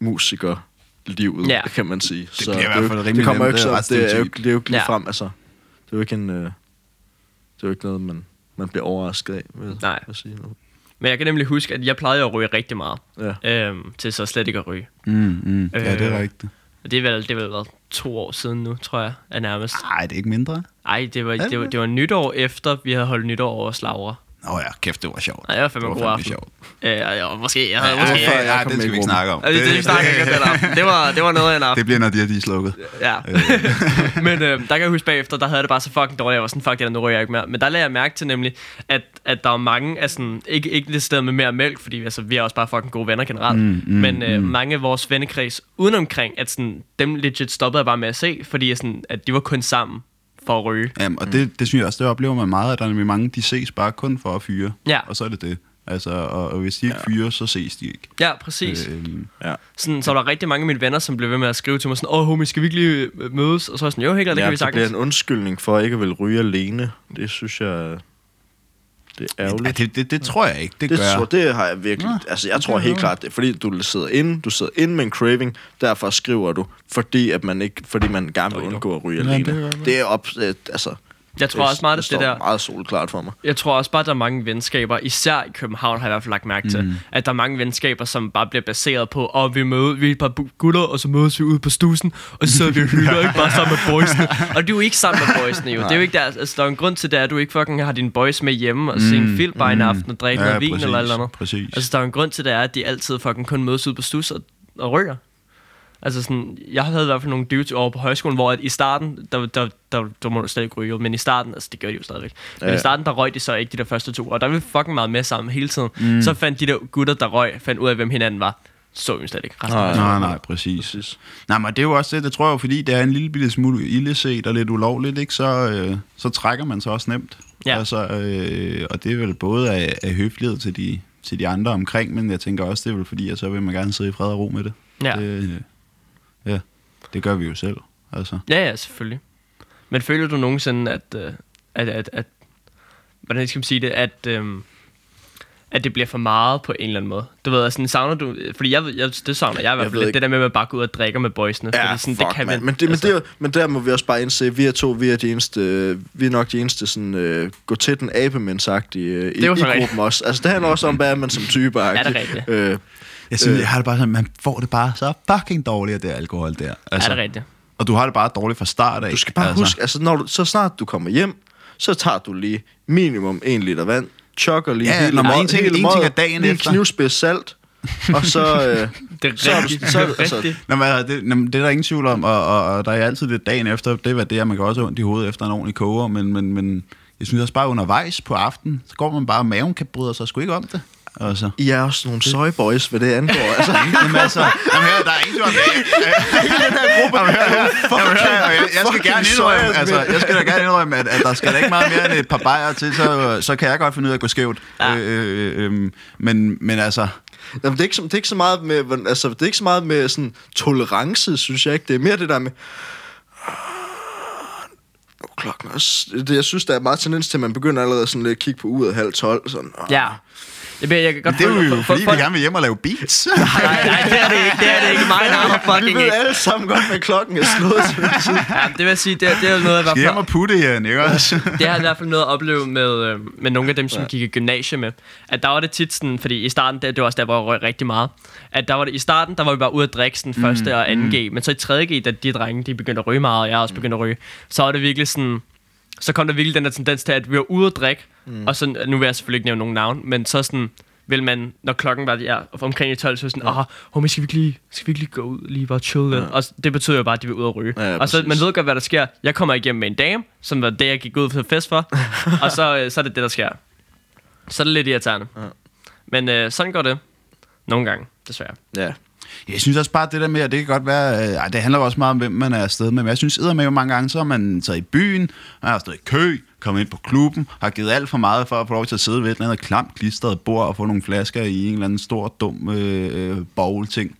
musikerlivet, Ja. ja. kan man sige. Det bliver i hvert er jo- fald rimelig det kommer jo nemt, ikke det er så, ret det er jo stereotypt. ikke, det er jo ikke lige Ja. ja. frem, altså. Det er jo ikke en... Øh, det er jo ikke noget, man, man bliver overrasket af. Vil, Nej. At sige noget. Men jeg kan nemlig huske, at jeg plejede at ryge rigtig meget. Ja. Øhm, til så slet ikke at ryge. Mm, mm. Ja, det er Øh. rigtigt. Og det er vel, det er vel været to år siden nu, tror jeg, er nærmest. Nej, det er ikke mindre. Ej, det var, det, var, det var nytår efter, vi havde holdt nytår over Slavre. Nå ja, kæft, det var sjovt. Ej, det var fandme god aften. sjovt. Øh, og måske, jeg havde Ja, ja, måske... ja, Ja, ja, jeg kom det i skal vi ikke gruppen. snakke om. det, det, det, snakker ikke om den aften. det, var, det var noget af en aften. det bliver, når de her de er slukket. Ja. men øh, der kan jeg huske bagefter, der havde jeg det bare så fucking dårligt. Jeg var sådan, fuck det der, nu rører jeg ikke mere. Men der lagde jeg mærke til nemlig, at, at der var mange af sådan, ikke, ikke det sted med mere mælk, fordi altså, vi er også bare fucking gode venner generelt. Mm, mm, men øh, mm. mange af vores vennekreds udenomkring, at sådan, dem legit stoppede jeg bare med at se, fordi jeg sådan, at de var kun sammen for at ryge. Jamen, og det, det synes jeg også, det oplever man meget, at der er nemlig mange, de ses bare kun for at fyre. Ja. Og så er det det. Altså, og, og hvis de ikke fyrer, så ses de ikke. Ja, præcis. Øh. Øhm, Ja. Sådan, så var der rigtig mange af mine venner, som blev ved med at skrive til mig sådan, åh homie, skal vi ikke lige øh, mødes? Og så var jeg sådan, jo, helt klart, det ja, kan vi Det sagtens. bliver en undskyldning for at ikke at vil ryge alene. Det synes jeg... øh, Det er ærgerligt. ja, det, det, det tror jeg ikke, det, Det, gør jeg. tror, det har jeg virkelig... Nå, altså, det jeg tror kan helt være. klart, det er fordi, du sidder inde, du sidder inde med en craving, derfor skriver du, fordi, at man, ikke, fordi man gerne vil undgå at ryge Ja, det alene. kan godt Det er, det er op... Øh, altså, Jeg tror også meget, at det står der- meget solklart for mig. Jeg tror også bare, at der er mange venskaber, især i København har jeg i hvert fald lagt mærke til, mm. at der er mange venskaber, som bare bliver baseret på, og oh, vi møder vi er et par bu- gutter, og så mødes vi ude på stusen, og så sidder vi og hygger, ikke bare sammen med boysene. Og du er jo ikke sammen med boysene jo. Det er jo ikke der, altså, der er jo en grund til det, at du ikke fucking har dine boys med hjemme og mm. se en film bare mm. en aften og drikke ja, noget vin præcis, eller et eller andet. Præcis. Altså, der er jo en grund til det, er, at de altid fucking kun mødes ude på stus og, og ryger. Altså sådan, jeg havde i hvert fald nogle dudes over på højskolen, hvor at i starten, der, der, der, der må du slet ikke ryge, men i starten, altså det gør de jo stadigvæk, men Ja, i ja. starten, der røg de så ikke de der første to, og der var vi fucking meget med sammen hele tiden. Mm. Så fandt de der gutter, der røg, fandt ud af, hvem hinanden var. Så vi slet ikke. Resten. Nej. Nej, nej, præcis. præcis. Nej, men det er jo også det, det tror jeg, jo, fordi det er en lille bitte smule illeset og lidt ulovligt, ikke? Så, øh, så trækker man sig også nemt. Ja. Altså, øh, og det er vel både af, af høflighed til de, til de andre omkring, men jeg tænker også, det er vel fordi, at så vil man gerne sidde i fred og ro med det. Ja. Det, øh, ja, det gør vi jo selv. Altså. Ja, ja, selvfølgelig. Men føler du nogensinde, at, øh, at, at, at hvordan skal man sige det, at, øhm, at det bliver for meget på en eller anden måde? Du ved, altså, savner du, fordi jeg, ved- jeg, det savner jeg i hvert Jeg fald ved lidt, ikke. det der med, at man bare går ud og drikker med boysene. Ja, fordi sådan, fuck, det kan man. man, altså, Men, det, men, det, men der må vi også bare indse, at vi er to, vi er, de eneste, øh, vi er nok de eneste sådan, øh, gå til den abemændsagtige øh, i, i jo så gruppen rigtigt. også. Altså, det handler også om, hvad er man som type. Ja, det er rigtigt. Øh, Jeg, synes, øh. jeg har det bare sådan, man får det bare så fucking dårligt af det alkohol der. er Altså, det rigtigt? Og du har det bare dårligt fra start af. Du skal bare altså. huske, altså når du, så snart du kommer hjem, så tager du lige minimum en liter vand, chokker lige Ja, ja, når man- møget- en ting- en ting møget, er dagen lige efter. knivspids salt, og så... Øh, Det er så er du- rigtigt. så er det du- er altså, rigtigt. Nå, men, altså, det, nå, men det er der ingen tvivl om, og, og, og der er altid lidt dagen efter, det var det, at man kan også have ondt i hovedet efter en ordentlig koger, men, men, men jeg synes også bare undervejs på aftenen, så går man bare, og maven kan bryde sig sgu ikke om det. Altså. I er også nogle soyboys, hvad det angår. Altså, Jamen altså, jamen, her, der er ingen tvivl om det. Jamen, her, jamen, her, jeg- jeg skal gerne indrømme, altså, jeg skal da gerne indrømme, at, at der skal da ikke meget mere end et par bajer til, så, så kan jeg godt finde ud af at gå skævt. Ja. Øh, øh, øh, men, men altså, jamen, det, er ikke, så- det er ikke så meget med, hvordan- altså, det er ikke så meget med sådan, tolerance, synes jeg ikke. Det er mere det der med... "Ah, Nu er klokken også. Det, jeg synes, der er meget tendens til, at man begynder allerede sådan lidt at kigge på uret halv tolv. Sådan, "Ah, åh. Ja. Jeg, jeg, jeg kan godt det er føle- jo for- for- fordi, vi folk- gerne vil hjem og lave beats. Nej, nej, det er det ikke. Det er det ikke. Mig, nej, nej, Vi fucking ved ikke. alle sammen godt, hvad klokken er slået. til. Ja, det vil jeg sige, det er, det er noget, jeg i hvert Skal hjem fald og putte øh, igen, ikke også? det har jeg i hvert fald noget at opleve med, øh, med nogle af dem, som gik i gymnasiet med. At der var det tit sådan, fordi i starten, der, det var også der, hvor jeg røg rigtig meget. At der var det, i starten, der var vi bare ude at drikke sådan første og anden G. Men så i tredje G, da de drenge, de begyndte at ryge meget, og jeg også begyndte at ryge. Så var det virkelig sådan, så kom der virkelig den der tendens til, at vi var ude at drikke. Og så, nu vil jeg selvfølgelig ikke nævne nogen navn, men så sådan, vil man, når klokken var ja, omkring i 12, så var sådan, åh, ja. oh, skal vi ikke lige, skal vi ikke lige gå ud, lige bare chill lidt? Ja. Og s- det betyder jo bare, at de vil ud og ryge. Ja, ja, og så, man præcis. ved godt, hvad der sker. Jeg kommer igennem med en dame, som var det, jeg gik ud til fest for. og så, øh, så er det det, der sker. Så er det lidt irriterende. Ja. Men øh, sådan går det. Nogle gange, desværre. Ja. Jeg synes også bare det der med, at det kan godt være, øh, ej, det handler jo også meget om, hvem man er afsted med, men jeg synes med mange gange, så har man taget i byen, man har stået i kø, kommet ind på klubben, har givet alt for meget for at få lov til at sidde ved et eller andet klamt klistret bord og få nogle flasker i en eller anden stor, dum øh, øh, bowl-ting.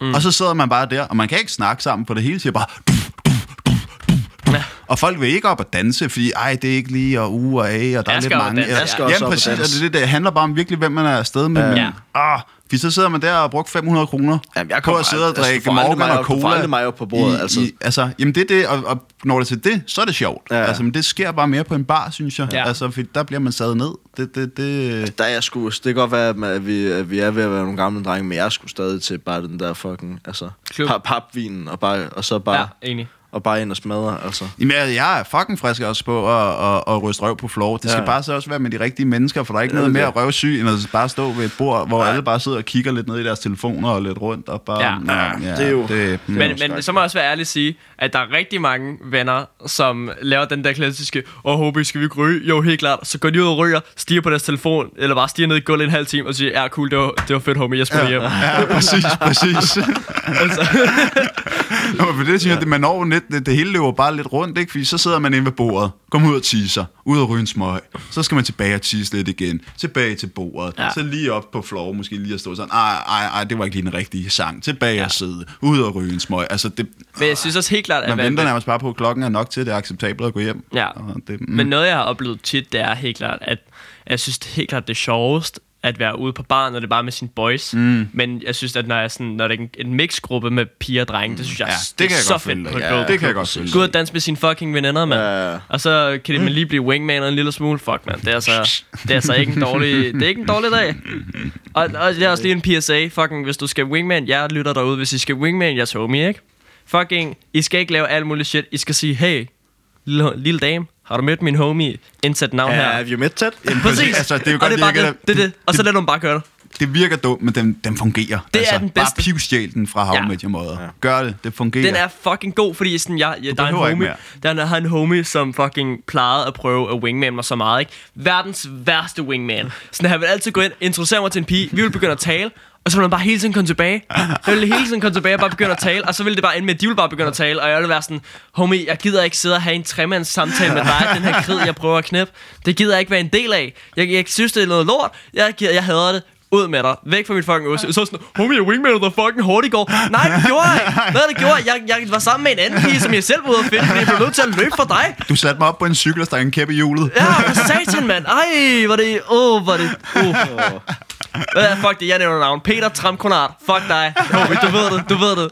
Mm. Og så sidder man bare der, og man kan ikke snakke sammen på det hele, siger bare... Puff, puff, puff, puff, puff." Og folk vil ikke op og danse, fordi ej, det er ikke lige, og u og a, og der Jeg er lidt skal op og mange. danse, jeg skal også Jamen op og præcis, og det, danse. er det, det handler bare om virkelig, hvem man er afsted med. Ja. Ja. Ah, fordi så sidder man der og har brugt 500 kroner Jamen, jeg på kommer at sidde og aldrig- altså, du drikke får aldrig Morgan mig og op- du får cola. aldrig mig op på bordet, altså. altså, jamen det er det, og, og når det er til det, så er det sjovt. Ja, Ja. ja. Altså, men det sker bare mere på en bar, synes jeg. Ja. Ja. Altså, for der bliver man sad ned. Det, det, det, Der er jeg sgu, det kan godt være, at man- at vi, at vi er ved at være nogle gamle drenge, men jeg er sgu stadig til bare den der fucking, altså, Klub. pap, papvinen, og, bare, og så bare, ja. Ja, enig. og bare ind og smadre, altså. Jamen, jeg- jeg er fucking frisk også på at, at, at ryste røv på floor. Det skal Ja. ja. bare så også være med de rigtige mennesker, for der er ikke Ja, noget det er mere røvsyg, end at bare stå ved et bord, hvor alle bare sidder og kigger lidt ned i deres telefoner og lidt rundt. Og bare, Ja. Nå, Ja, det er jo- Det, mm." det er jo Men, skrækkeligt. men så må jeg også være ærlig at sige, at der er rigtig mange venner, som laver den der klassiske, åh, oh, HB, skal vi ikke ryge? Jo, helt klart. Så går de ud og ryger, stiger på deres telefon, eller bare stiger ned i gulvet en halv time og siger, ja, cool, det var, det var fedt, homie, jeg skulle hjem. Ja, præcis, præcis. Altså. Nå, men for det siger, jeg, at man når net, det, det hele løber bare lidt rundt, ikke? Fordi så sidder man inde ved bordet, kommer ud og tisser, ud og ryger en smøg, så skal man tilbage og tisse lidt igen, tilbage til bordet, ja. så lige op på floor, måske lige at stå sådan, ej, ej, ej, det var ikke lige den rigtige sang, tilbage ja. og sidde, ud og ryge en smøg. Altså, det, Men jeg synes også helt klart, at... man hvad- venter nærmest bare på, at klokken er nok til, at det er acceptabelt at gå hjem. Ja. Og det, mm. Men noget, jeg har oplevet tit, det er helt klart, at jeg synes det er helt klart det sjovest at være ude på baren, når det er bare med sine boys. Mm. Men jeg synes, at når, jeg sådan, når det er en, en mixgruppe med piger og drenge, det synes jeg, Mm. Ja, ja, det kan det, det er jeg godt følge så dig. fedt på et Ja, go. det kan jeg godt følge Gå ud og danse med sine fucking veninder, mand. Ja, ja. Og så kan det man lige blive wingman og en lille smule. Fuck, mand. Det er altså, det er altså ikke, en dårlig, det er ikke en dårlig dag. Og, og det er også lige en PSA. Fucking, hvis du skal wingman, jeg lytter derude. Hvis I skal wingman, jeg så mig, ikke? Fucking, I skal ikke lave alt muligt shit. I skal sige, hey, lille, lille dame, har du mødt min homie? Indsæt navn Ja, her. have you met Ted? Præcis. Altså, det er jo og godt, det er det bare ikke det. Det, er det. Og så lader du dem bare køre det. det virker dumt, men den, den fungerer. Altså, Det er den bedste. Bare pivstjæl den fra Ja. havmedier måder. Ja. Gør det, det fungerer. Den er fucking god, fordi sådan, jeg, jeg der er en behøver ikke homie, der er, har en homie, som fucking plejede at prøve at wingman mig så meget, ikke? Verdens værste wingman. Sådan, han ville altid gå ind, introducere mig til en pige, vi ville begynde at tale, og så ville han bare hele tiden komme tilbage. Jeg ville hele tiden komme tilbage og bare begynde at tale, og så ville det bare ende med, at de ville bare begynde at tale, og jeg ville være sådan, homie, jeg gider ikke sidde og have en tremands samtale med dig, den her krid, jeg prøver at knæppe. Det gider jeg ikke være en del af. Jeg, jeg synes, det er noget lort. Jeg, jeg, jeg hader det. Ud med dig. Væk fra mit fucking øse. Så sådan, homie, jeg wingmanede dig fucking hårdt i går. Nej, det gjorde jeg ikke. Hvad det gjorde jeg? jeg? Jeg var sammen med en anden pige, som jeg selv var ude at finde, fordi jeg blev nødt til at løbe fra dig. Du satte mig op på en cykel og stak en kæppe i hjulet. Ja, for satan, mand. Ej, hvor det... Åh, oh, hvor det... Uh. Hvad er fuck det? Jeg nævner navn. Peter Tramkonard. Fuck dig. Homie, du ved det. Du ved det.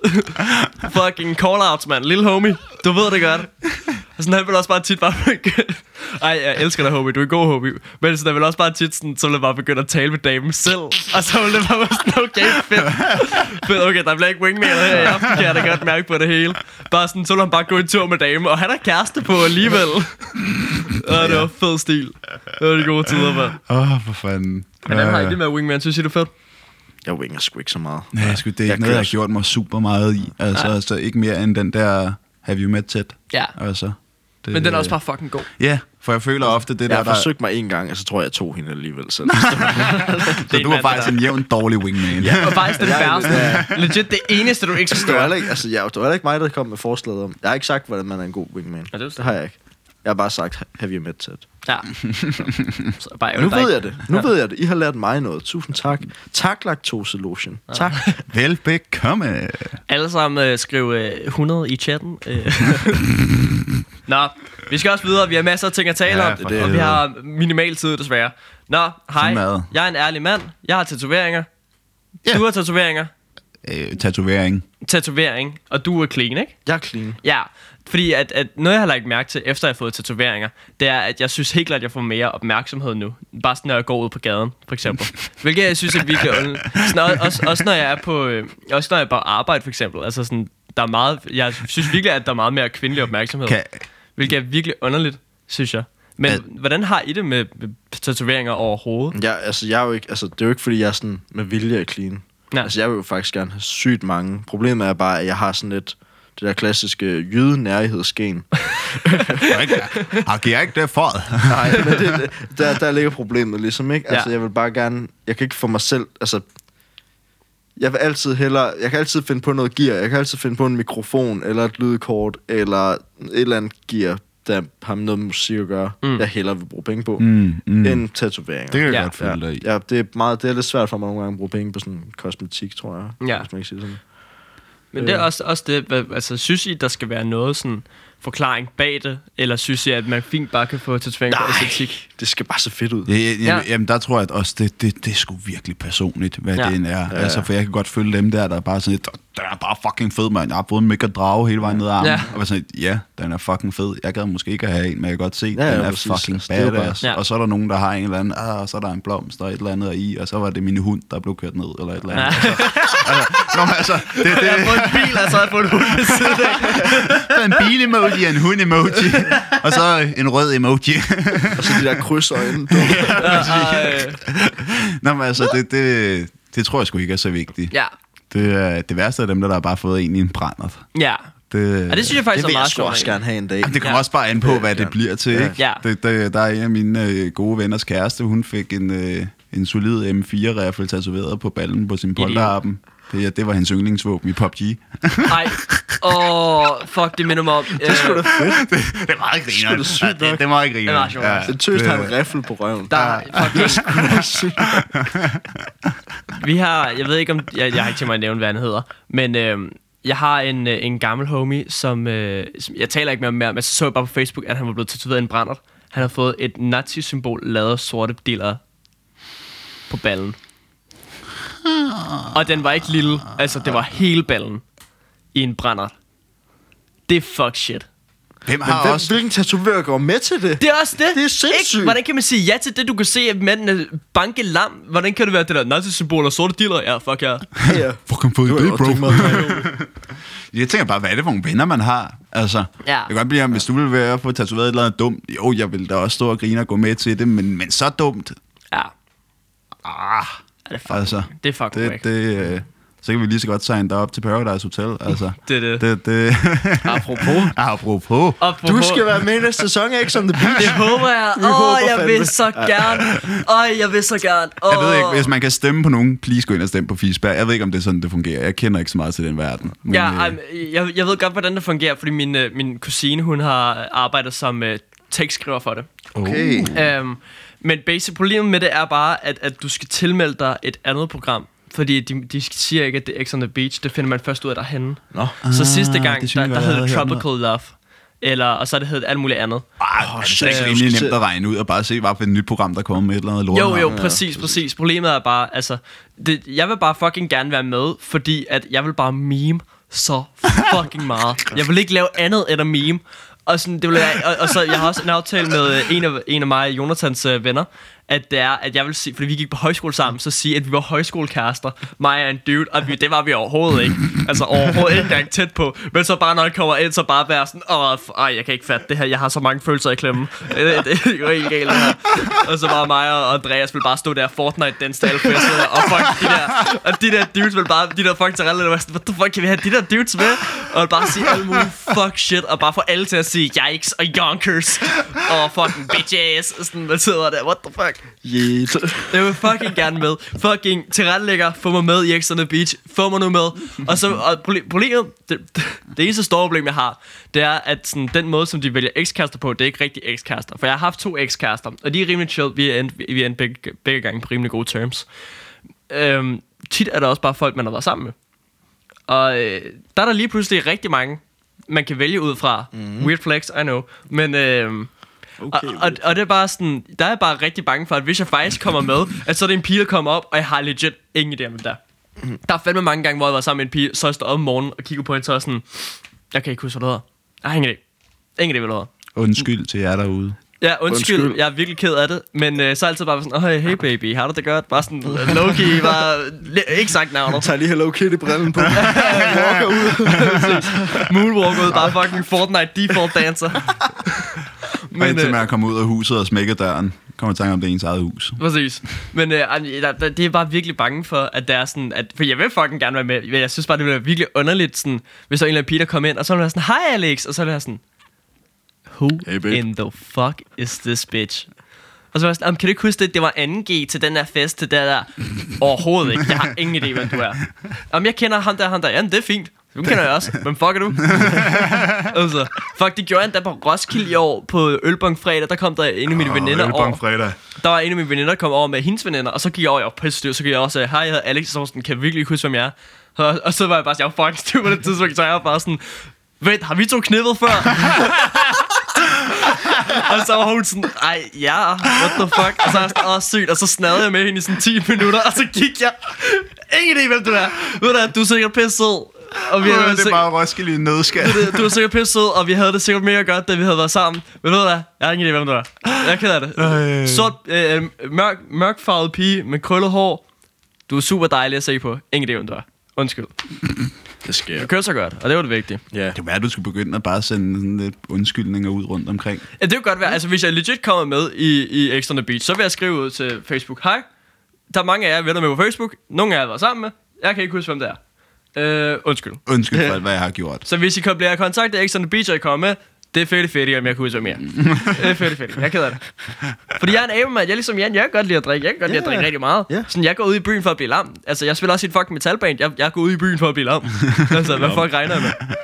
fucking call-outs, mand. Lille homie. Du ved det godt. Og sådan, han vil også bare tit bare begynde... Ej, jeg elsker dig, homie. Du er god, homie. Men sådan, han vil også bare tit sådan, så vil jeg bare begynde at tale med damen selv. Og så vil det bare være sådan, okay, fedt. fedt, okay, der bliver ikke wingmail her i aften, kan jeg da godt mærke på det hele. Bare sådan, så vil han bare gå en tur med damen, og han har kæreste på alligevel. Åh, det var fed stil. Det var de gode tider, mand. Åh, oh, for fanden. Hvordan har I Øh, det med wingman? Synes I, det er fedt? Jeg winger sgu ikke så meget. Nej, jeg skulle, det er ikke noget, jeg har gjort mig super meget i. Altså, altså ikke mere end den der Have You Met Ted? Ja. Altså, det, Men den er også bare fucking god. Ja, for jeg føler ofte det Jeg der, har der... forsøgt mig en gang, og så tror jeg, jeg tog hende alligevel selv. Så du er faktisk en jævn dårlig wingman. Det var faktisk den værste. Legit det eneste, du ikke Det var forstår. heller ikke, altså, jeg, det var heller ikke mig, der kom med forslaget om. Jeg har ikke sagt, hvordan man er en god wingman. det er jo det har jeg ikke. Jeg har bare sagt, have you met Ted? Ja. Så bare Og nu ved jeg det. Nu ved jeg det. I har lært mig noget. Tusind tak. Tak, laktose lotion. Tak. Velbekomme. Alle sammen øh, skriv øh, 100 i chatten. Øh. Nå, vi skal også videre. Vi har masser af ting at tale Ja, om, for og helvede. vi har minimal tid desværre. Nå, Sådan er hej. det. Jeg er en ærlig mand. Jeg har tatoveringer. Ja. Du har tatoveringer. Øh, tatovering. Tatovering. Og du er clean, ikke? Jeg er clean. Ja, fordi at, at noget, jeg har lagt mærke til, efter jeg har fået tatoveringer, det er, at jeg synes helt klart, at jeg får mere opmærksomhed nu. Bare sådan, når jeg går ud på gaden, for eksempel. Hvilket jeg synes er virkelig ondt. Også, også, også, når jeg er på, øh, også når jeg er på arbejde, for eksempel. Altså sådan, der er meget, jeg synes virkelig, at der er meget mere kvindelig opmærksomhed. Kan, Hvilket er virkelig underligt, synes jeg. Men At- hvordan har I det med med tatoveringer overhovedet? Jeg, altså, jeg er jo ikke, altså, det er jo ikke, fordi jeg er sådan med vilje er clean. Nej. Altså, jeg vil jo faktisk gerne have sygt mange. Problemet er bare, at jeg har sådan lidt det der klassiske jyde nærhedsgen. Har giver ikke det for? Nej, men det, det, der, der ligger problemet ligesom, ikke? Altså, Ja. ja. jeg vil bare gerne... Jeg kan ikke få mig selv... Altså, jeg vil altid hellere... Jeg kan altid finde på noget gear. Jeg kan altid finde på en mikrofon, eller et lydkort, eller et eller andet gear, der har med noget musik at gøre, mm. jeg hellere vil bruge penge på, Mm, mm. end tatoveringer. Det kan jeg Ja. godt følge dig i. Ja, det er, meget, det er lidt svært for mig nogle gange at bruge penge på sådan kosmetik, tror jeg. Ja. Hvis man ikke siger sådan. Men det Øh. er også, også det, hvad- altså synes I, der skal være noget sådan forklaring bag det? Eller synes I, at man fint bare kan få tatoveringer på æstetik? Det skal bare se fedt ud. Ja, ja, Ja. ja. Jamen, der tror jeg at også, det, det, det er sgu virkelig personligt, hvad Ja. ja. det end er. Ja. Altså, for jeg kan godt følge dem der, der er bare sådan et, den er bare fucking fed, mand. Jeg har fået en mega drage hele vejen ned ad armen. Ja. Ja. Og var sådan et, ja, den er fucking fed. Jeg gad måske ikke at have en, men jeg kan godt se, Ja, ja, ja, den er præcis. fucking Altså, det er jo bare- badass. Ja. Ja. Og så er der nogen, der har en eller anden, ah, og så er der en blomst og et eller andet i, og så var det min hund, der blev kørt ned, eller et eller andet. Ja. Ja. Altså, altså, nå, men altså, det, det, Jeg har fået en bil, altså jeg har fået en hund ved siden af. det er en bil-emoji og en hund-emoji, og så en rød emoji. Og så de der krydsøjne. du. Ja, og, øh, Nå, men altså, det, det, det tror jeg sgu ikke er så vigtigt. ja, Det, er- det værste er dem, der, der har bare fået en i en brændert. ja. Det, Og det synes jeg faktisk det vil er jeg meget sgu sjovt. også gerne have en dag. Jamen, det kommer Ja. ja. også bare an på, hvad det Ja. bliver til. Ja. Ikke? Ja. Det, det, der er en af mine øh, gode venners kæreste, hun fik en, øh, en solid M4-raffel tatoveret på ballen på sin polterappen. Det, ja, det var hans yndlingsvåben i PUBG. det, Ej, åh, fuck, det minder mig om... øh, Det er sgu da det var ikke grineren. Ja, det, det var ikke Det var sjovt. Det tøst har en riffel på røven. Der, fucking... vi har, jeg ved ikke om, jeg, jeg har ikke til mig at nævne, hvad han hedder, men øh, jeg har en, øh, en gammel homie, som, øh, som, jeg taler ikke med ham mere, men så så jeg bare på Facebook, at han var blevet tatoveret i en brændert. Han har fået et nazi-symbol lavet af sorte dealer på ballen. Og den var ikke lille, altså det var hele ballen i en brændert. Det er fuck shit. Hvem Men har hvem, også... hvilken tatovør går med til det? Det er også det. Det er sindssygt. Ikke? Hvordan kan man sige ja til det, du kan se, at mændene banke lam? Hvordan kan det være det der nazi-symbol og sorte dealer? Ja, fuck ja. Ja. Fucking fået Det var det, også ikke bro. meget Jeg tænker bare, hvad er det for nogle venner, man har? Altså, Ja. Det kan godt blive, at hvis du ville være på tatoveret et eller andet dumt, jo, jeg ville da også stå og grine og gå med til det, men, men så dumt. Ja, Ah, er det fuck. altså. Det er fucking det, whack. det, øh, så kan vi lige så godt signe dig op til Paradise Hotel. Altså, Det er det. det, det. Apropos. Apropos. Apropos, Du skal være med i næste sæson, af X on the Beach. Det håber jeg. Vi Åh, oh, håber jeg fandme. vil så gerne. Åh, oh, jeg vil så gerne. Oh. Jeg ved ikke, hvis man kan stemme på nogen, please gå ind og stemme på Fisberg. Jeg ved ikke, om det er sådan, det fungerer. Jeg kender ikke så meget til den verden. Men, Ja, øh, ej, jeg, jeg ved godt, hvordan det fungerer, fordi min, øh, min kusine, hun har arbejdet som øh, tekstskriver for det. Okay. Øhm, men basic problemet med det er bare, at, at du skal tilmelde dig et andet program. Fordi de, de siger ikke, at det er X on the Beach. Det finder man først ud af derhenne. Nå. Så Ah, sidste gang, det synes jeg, der, der jeg hed det havde hørt Tropical Love. Eller, og så har det heddet alt muligt andet. Arh, er det så shit, ikke jeg rimelig skal nemt til- at regne ud og bare se, hvad for et nyt program, der kommer med et eller andet lort? Jo, jo, præcis, præcis. Problemet er bare, altså, det, jeg vil bare fucking gerne være med, fordi at jeg vil bare meme så fucking meget. Jeg vil ikke lave andet end at meme. Og, sådan, det vil jeg, og, og så jeg har også en aftale med øh, en af, en af mig og Jonathans øh, venner, at det er, at jeg vil sige, fordi vi gik på højskole sammen, så sige, at vi var højskolekærester, mig og en dude, og vi, det var vi overhovedet ikke. Altså overhovedet ikke engang tæt på. Men så bare, når jeg kommer ind, så bare være sådan, åh, f- ej, jeg kan ikke fatte det her, jeg har så mange følelser i klemmen. Øh, det er jo helt galt det her. Og så bare mig og Andreas ville bare stå der Fortnite dance til alle fester, og fuck de der, og de der dudes ville bare, de der fucking terrelle, der var sådan, what the fuck, kan vi have de der dudes med? Og bare sige alle mulige fuck shit, og bare få alle til at sige, yikes og yonkers, og fucking bitch ass, og sådan, man sidder der, what the fuck? Yeah. Jeg vil fucking gerne med. Fucking tilrettelægger, få mig med i X on the Beach. Få mig nu med. Og så og proble- problemet, det, det eneste store problem, jeg har, det er, at sådan, den måde, som de vælger ekskærester på, det er ikke rigtig ekskærester. For jeg har haft to ekskærester, og de er rimelig chill. Vi er endt, vi er endt begge, begge gange på rimelig gode terms. Øhm, tit er der også bare folk, man har været sammen med. Og øh, der er der lige pludselig rigtig mange, man kan vælge ud fra. Mm. Weird flex, I know. Men... Øh, Okay, og, og, og det er bare sådan, der er jeg bare rigtig bange for, at hvis jeg faktisk kommer med, at så er det en pige, der kommer op, og jeg har legit ingen idé om det der. Der er fandme mange gange, hvor jeg var sammen med en pige, så jeg står op om morgenen og kigger på hende, så er jeg sådan, jeg kan ikke huske, hvad det hedder. Jeg har ingen idé. Ingen idé, hvad det hedder. Undskyld til jer derude. Ja, undskyld, Undskyld. undskyld, jeg er virkelig ked af det, men øh, så er jeg altid bare sådan, hey, hey baby, har du det godt? Bare sådan øh, low-key, bare li- ikke sagt navnet. Tag lige Hello Kitty-brillen på. Moonwalk ud, bare fucking Fortnite default dancer. Men, indtil man kommer ud af huset og smækker døren, kommer tanke om det er ens eget hus. Præcis. Men øh, der, der, det er bare virkelig bange for, at der er sådan... At, for jeg vil fucking gerne være med, men jeg synes bare, det ville være virkelig underligt, sådan, hvis der en eller anden pige, der kom ind, og så ville jeg sådan, hej Alex, og så ville jeg sådan, who Hey, babe. in the fuck is this bitch? Og så var jeg sådan, "Jamen, kan du ikke huske det? Det var 2G til den der fest, til det der. Overhovedet ikke. Jeg har ingen idé, hvem du er. Om jeg kender ham der, ham der. Jamen, det er fint. Dem kender jeg også. Hvem fuck er du? altså, fuck, det gjorde jeg endda på Roskilde i år på Ølbong fredag. Der kom der en af mine Ah, oh, veninder over. fredag. Der var en af mine veninder, der kom over med hendes veninder, og så gik jeg over, jeg var pisse stiv, så gik jeg over og sagde, hej, jeg hedder Alex, og så var hun sådan, kan jeg virkelig ikke huske, hvem jeg er? Og, og så var jeg bare sådan, jeg var fucking stiv på det tidspunkt, så jeg var bare sådan, vent, har vi to knippet før? og så var hun sådan, ej, ja, what the fuck? Og så var jeg sådan, åh, sygt, og så snadede jeg med hende i sådan 10 minutter, og så gik jeg, ingen idé, hvem du er. Ved du hvad, du er sikkert pisse sød. Og vi Øh, det er sikkert- bare Roskilde i en nødskal. det, du var sikkert pisse sød, og vi havde det sikkert mega godt, da vi havde været sammen. Men ved du hvad? Jeg har ingen idé, hvem du er. Jeg er ked af det. Øh. Sort, øh, mørk, mørkfarvet pige med krøllet hår. Du er super dejlig at se på. Ingen idé, hvem du er. Undskyld. Det sker. Du kører så godt, og det var det vigtige. Ja. Det var, at du skulle begynde at bare sende sådan lidt undskyldninger ud rundt omkring. Ja, det kunne godt være. Altså, hvis jeg legit kommer med i, i Extra on the Beach, så vil jeg skrive ud til Facebook. Hej, der er mange af jer, jeg er venner med på Facebook. Nogle af jer har været sammen med. Jeg kan ikke huske, hvem det er. Øh, undskyld. Undskyld for alt, hvad jeg har gjort. Så hvis I kan- bliver kontaktet af Exxon Beach, og I kommer med, det er fedt fedt, om jeg kunne huske mere. det er fedt fedt. Jeg er ked af det. Fordi jeg er en abemand. Jeg er ligesom Jan. Jeg kan godt lide at drikke. Jeg kan godt lide at drikke rigtig meget. Ja. Sådan, jeg går ud i byen for at blive lam. Altså, jeg spiller også i et fucking metalband. Jeg, jeg går ud i byen for at blive lam. altså, hvad fuck regner jeg med?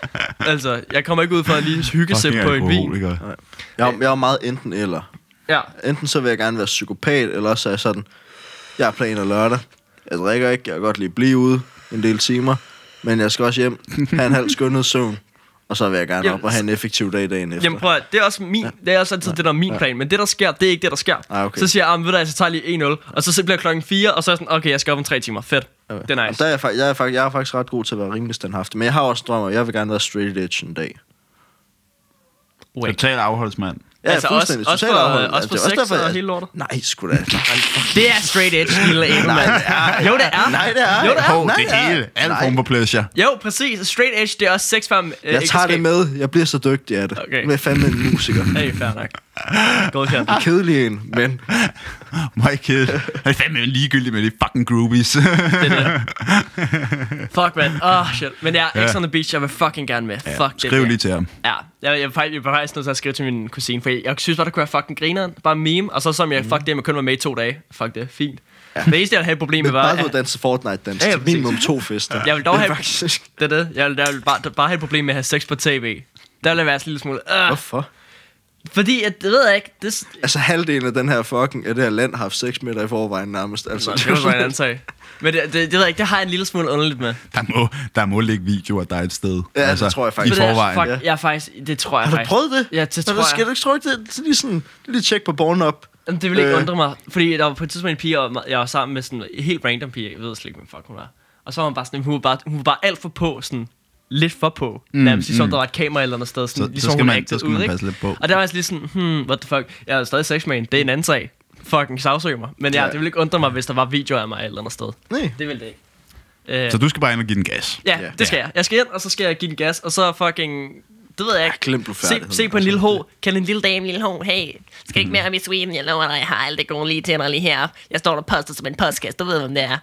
Altså, jeg kommer ikke ud for at lige hygge sig på en vin. alkoholiker. Jeg, er- jeg er meget enten eller. Ja. Enten så vil jeg gerne være psykopat, eller også er jeg sådan, jeg er planer lørdag. Jeg drikker ikke, jeg kan godt lige blive ude en del timer, men jeg skal også hjem, have en halv skønhedssøvn, og så vil jeg gerne Jamen, op og have en effektiv dag dagen efter. Jamen prøv at, det er også min, det er også altid det, der er min plan, men det, der sker, det er ikke det, der sker. Ah, okay. Så siger jeg, ah, men ved du, hvad, så tager jeg lige 1-0, og så så bliver klokken 4, og så er jeg sådan, okay, jeg skal op om 3 timer. Fedt. Det er Jamen, nice. der er jeg, fak- jeg, er fak- jeg er faktisk ret god til at være rimelig standhaftig, men jeg har også drømmer, jeg vil gerne være straight edge en dag. Wait. Total afholdsmand. Ja, Altså, også- fuldstændig. også Totalt for- afholdt. også for det er sex og jeg- hele lortet? Nej, sgu da. Det er straight edge, lille Edelman. Jo, det er. Nej, det er Jo, det er. Hov, det ja. hele. Al form for pleasure. Jo, præcis. Straight edge, det er også 6 5 øh, Jeg tager det med. Jeg bliver så dygtig af det. Okay. Med fandme en musiker. Hey, fair nok. Godkendt. Kedelig en, men My kid. Han er fandme ligegyldig med de fucking groupies. Det der. Fuck, man. Oh, shit. Men jeg er X on the Beach, jeg vil fucking gerne med. Fuck det Skriv der. lige til ham. Ja, jeg, jeg, jeg, jeg var faktisk nødt til at skrive til min kusine, for jeg, jeg synes bare, der kunne være fucking grineren. Bare meme, og så som Mhm. jeg, fuck det, man kun var med i to dage. Fuck det, fint. Det eneste, jeg havde et problem med, var... bare du at- danse Fortnite-dans Ja, ja, til præcis. minimum to fester. Jeg vil dog Det er have- faktisk- Det er det. Jeg vil, jeg vil bare, bare have et problem med at have sex på tv. Der vil jeg være sådan en lille smule... Uh, Hvorfor? fordi, at, det ved jeg ikke, det, Altså halvdelen af den her fucking, af det her land har haft sex med dig i forvejen nærmest. Altså, Nå, det var så en anden sag. Men det, det, det, ved jeg ikke, det har jeg en lille smule underligt med. Der må, der må ligge videoer af dig et sted. Altså, det tror jeg faktisk. I For det er- forvejen. Fuck, jeg er faktisk, det tror jeg Har du faktisk. prøvet det? Ja, det Nå, tror Skal jeg. du ikke tro, det det er lige sådan, det er lige tjek på Born-up? Jamen, det ville ikke Øh. undre mig, fordi der var på et tidspunkt en pige, og jeg var sammen med sådan en helt random pige, jeg ved slet ikke, hvem fuck hun er. Og så var hun bare sådan, hun var bare, hun var bare alt for på, sådan lidt for på. Mm, nærmest ligesom, der var et kamera eller andet sted, sådan, Så- så ligesom skal hun man- acted så skal ud, man ikke? passe lidt på. Og der var jeg altså lige sådan, hmm, what the fuck, jeg er stadig sex med en, det er en anden sag. Fucking sagsøg mig. Men ja, Ja. det ville ikke undre mig, hvis der var videoer af mig et eller andet sted. Nej. Det ville det ikke. Øh, Så du skal bare ind og give den gas. Ja, Ja. yeah. det skal jeg. Jeg skal ind, og så skal jeg give den gas, og så fucking... Det ved jeg ikke. glem du se, færdigheden, se på en lille altså. Mhm. ho. Kan en lille dame, lille hov, hey, skal ikke mere om i Sweden, jeg lover dig, jeg har alt det gode lige til dig lige her. Jeg står der postet som en postkast, du ved, hvem det er.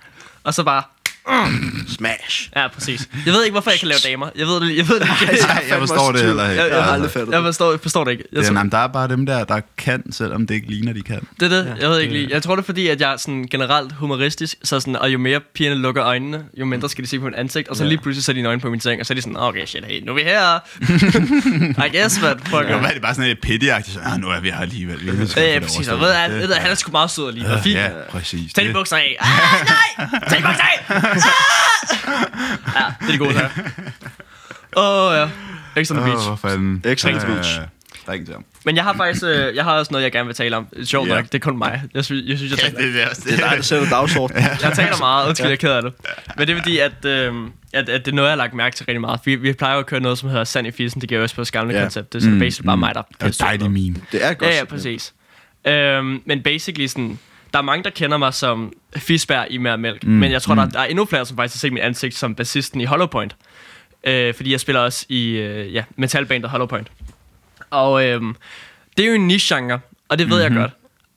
Og så bare... Smash. Ja, præcis. Jeg ved ikke, hvorfor jeg kan lave damer. Jeg ved det, jeg ved det ikke. Nej, jeg forstår det heller ikke. Jeg- Jeg har aldrig Altså, fattet Jeg det. forstår, jeg forstår det ikke. Jeg, det er, tror, jamen, der er bare dem der, der kan, selvom det ikke ligner, de kan. det er det. Jeg ved ikke lige. Jeg tror, det er fordi, at jeg er sådan generelt humoristisk. Så sådan, og jo mere pigerne lukker øjnene, jo Mm. mindre skal de se på mit ansigt. Og så lige pludselig sætter de en øjne på min seng, og så er de sådan, okay, shit, hey, nu er vi her. I guess, man. Fuck, Det kan være, det er bare sådan lidt pitty-agtigt. Så, "Ah, nu er vi her alligevel. Vi er nødt til at få Ja, ja, det præcis. Og overstået." ved, jeg, ved, jeg, han er sgu meget sød og lige. Fint. Ja, præcis. Tag de Det- bukser af. Ah, nej! Tag de bukser af! Ah! Ja, det er de gode sager. Åh, oh, ja. Ekstra oh. Åh, beach. hvor fanden. Exxon Øh, Beach. Ring til ham. Men jeg har faktisk øh, jeg har også noget, jeg gerne vil tale om. Sjovt Ja. nok, det er kun mig. Jeg synes, jeg, synes, jeg, taler, det er også Det er dig, der sætter dagsordenen. jeg taler meget. Undskyld, jeg er ked af det. Men det er fordi, at, øh, at, at det er noget, jeg har lagt mærke til rigtig meget. Vi, vi plejer jo at køre noget, som hedder Sand i Fisen. Det giver jo også på et gamle Ja. koncept. Det er sådan mm, basically bare mig, der Det er dejligt meme. Det er godt. Ja, ja, præcis. Øhm, men basically sådan, der er mange, der kender mig som Fisberg i Mær Mælk, mm. men jeg tror, mm. der, der er endnu flere, som faktisk har set mit ansigt som bassisten i Hollow Point. Øh, fordi jeg spiller også i øh, ja, metalbandet Hollow Point. Og øhm, det er jo en niche-genre, og det ved Mhm. mm-hmm. jeg